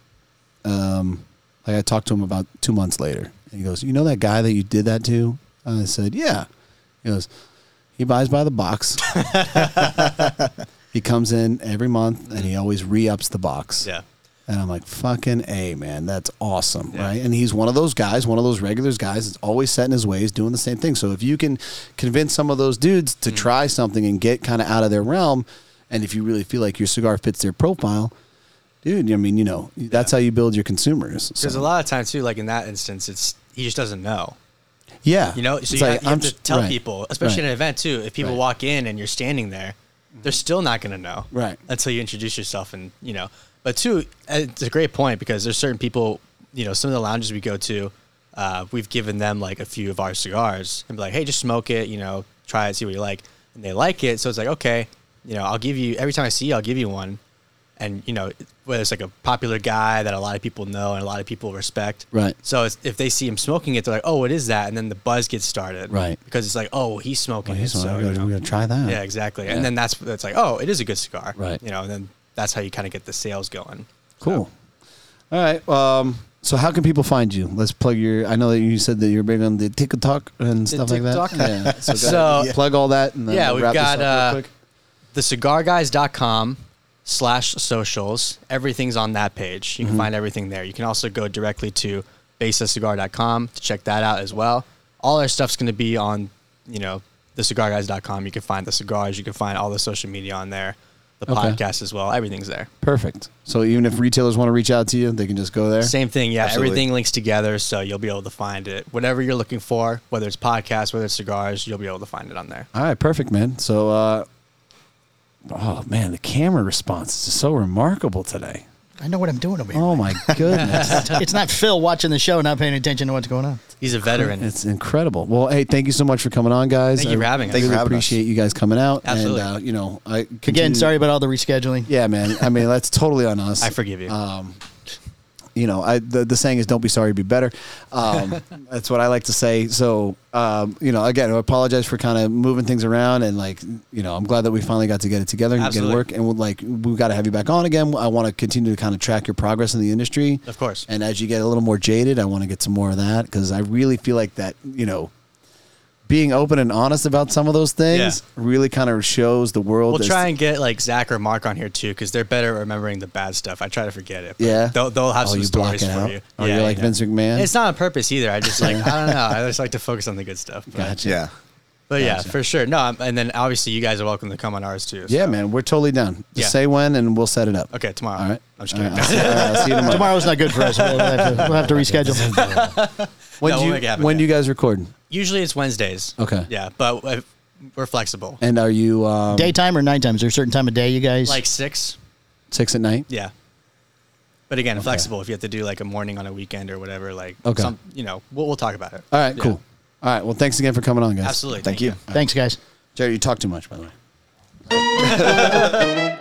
C: Um, like I talked to him about two months later, and he goes, "You know that guy that you did that to?" And I said, "Yeah." He goes, "He buys by the box. he comes in every month, and he always re-ups the box."
E: Yeah.
C: And I'm like, fucking A, man. That's awesome. Right. And he's one of those guys, one of those regulars guys that's always set in his ways, doing the same thing. So if you can convince some of those dudes to
E: Mm.
C: try something and get kind of out of their realm, and if you really feel like your cigar fits their profile, dude, I mean, you know, that's how you build your consumers.
E: Because
C: So-
E: a lot of times too, like in that instance, it's he just doesn't know.
C: yeah.
E: You know, so
C: It's
E: you, have,
C: like,
E: you have
C: I'm
E: to
C: just-
E: tell
C: right.
E: people, especially
C: Right.
E: in an event too. If people
C: Right.
E: walk in and you're standing there, they're still not going to know,
C: Right.
E: Until you introduce yourself, and you know. But two, uh, it's a great point because there's certain people, you know, some of the lounges we go to, uh, we've given them like a few of our cigars and be like, hey, just smoke it, you know, try it, see what you like, and they like it. So it's like, okay, you know, I'll give you every time I see you, I'll give you one, and you know, whether it's like a popular guy that a lot of people know and a lot of people respect,
C: Right.
E: so it's, if they see him smoking it, they're like, "Oh, what is that?" And then the buzz gets started,
C: Right.
E: Because it's like, "Oh, he's smoking
C: Well,
E: it."
C: he's
E: So,
C: like,
E: you
C: we're
E: know.
C: going to try that.
E: yeah, exactly. And then that's that's like, "Oh, it is a good cigar,"
C: Right.
E: You know, and then that's how you kind of get the sales going.
C: Cool. All right. Um, so how can people find you? Let's plug your. I know that you said that you're big on the TikTok and stuff like that.
E: TikTok?
C: Yeah. So, go
E: So-
C: ahead. plug all that. And then
E: Yeah,
C: we'll
E: we've
C: wrap this
E: got,
C: up real
E: uh,
C: quick.
E: thecigarguys.com slash socials. Everything's on that page. You can find everything there. You can also go directly to basacigar.com to check that out as well. All our stuff's going to be on, you know, thecigarguys.com. You can find the cigars. You can find all the social media on there, the
C: Okay.
E: podcast as well. Everything's there.
C: Perfect. So even if retailers want to reach out to you, they can just go there.
E: Same thing, yeah.
F: Absolutely.
E: Everything links together, so you'll be able to find it. Whatever you're looking for, whether it's podcasts, whether it's cigars, you'll be able to find it on there.
C: All right, perfect, man. So, uh, oh man, the camera response is so remarkable today.
A: I know what I'm doing over here.
C: Oh my goodness,
A: It's not Phil watching the show, not paying attention to what's going on.
E: He's a veteran.
C: it's incredible. Well, hey, thank you so much for coming on, guys.
E: Thank you for having us.
C: I
E: Thank you
C: really
F: for having us.
C: appreciate you guys coming out.
E: Absolutely.
C: And, uh, you know, I
A: Again,
C: continue-
A: sorry about all the rescheduling.
C: Yeah, man. I mean, that's totally on us. Uh,
E: I forgive you.
C: you know, I, the, the saying is don't be sorry, be better. Um, that's what I like to say. So, um, you know, again, I apologize for kind of moving things around and like, you know, I'm glad that we finally got to get it together and
E: Absolutely.
C: get it work. And we'll like, we've got to have you back on again. I want to continue to kind of track your progress in the industry.
E: Of course.
C: And as you get a little more jaded, I want to get some more of that because I really feel like that, you know, being open and honest about some of those things really kind of shows the world.
E: we'll
C: as-
E: try and get like Zach or Mark on here too, because they're better at remembering the bad stuff. I try to forget it. but
C: Yeah.
E: they'll, they'll have
C: Oh,
E: some
C: you block
E: stories
C: it
E: for
C: out?
E: you.
C: Oh, you're like
E: yeah.
C: Vince McMahon?
E: It's not on purpose either. I just like I don't know. I just like to focus on the good stuff. But,
C: Gotcha.
F: Yeah.
E: but yeah, for sure. No, I'm, and then obviously you guys are welcome to come on ours too.
C: Yeah,
E: so.
C: man, we're totally down. Just
E: Yeah.
C: say when and we'll set it up.
E: Okay, tomorrow.
C: All right.
E: I'm just kidding.
C: All right, I'll see- all right, I'll see you tomorrow.
A: Tomorrow's not good for us. We'll have to, we'll have to reschedule.
C: When,
E: No,
C: do,
E: we'll
C: you,
E: make it happen,
C: when
E: yeah.
C: do you guys record?
E: Usually it's Wednesdays.
C: Okay.
E: Yeah, but uh, we're flexible.
C: And are you um,
A: Daytime or nighttime? Is there a certain time of day you guys?
E: Like six.
C: six at night?
E: Yeah. But again, flexible. If you have to do like a morning on a weekend or whatever, like
C: Okay.
E: some, you know, we'll, we'll talk about it.
C: All right,
E: Yeah.
C: cool. All right, well, thanks again for coming on, guys.
E: Absolutely.
F: Thank you.
A: Thanks, guys.
C: Jerry, you talk too much, by the way.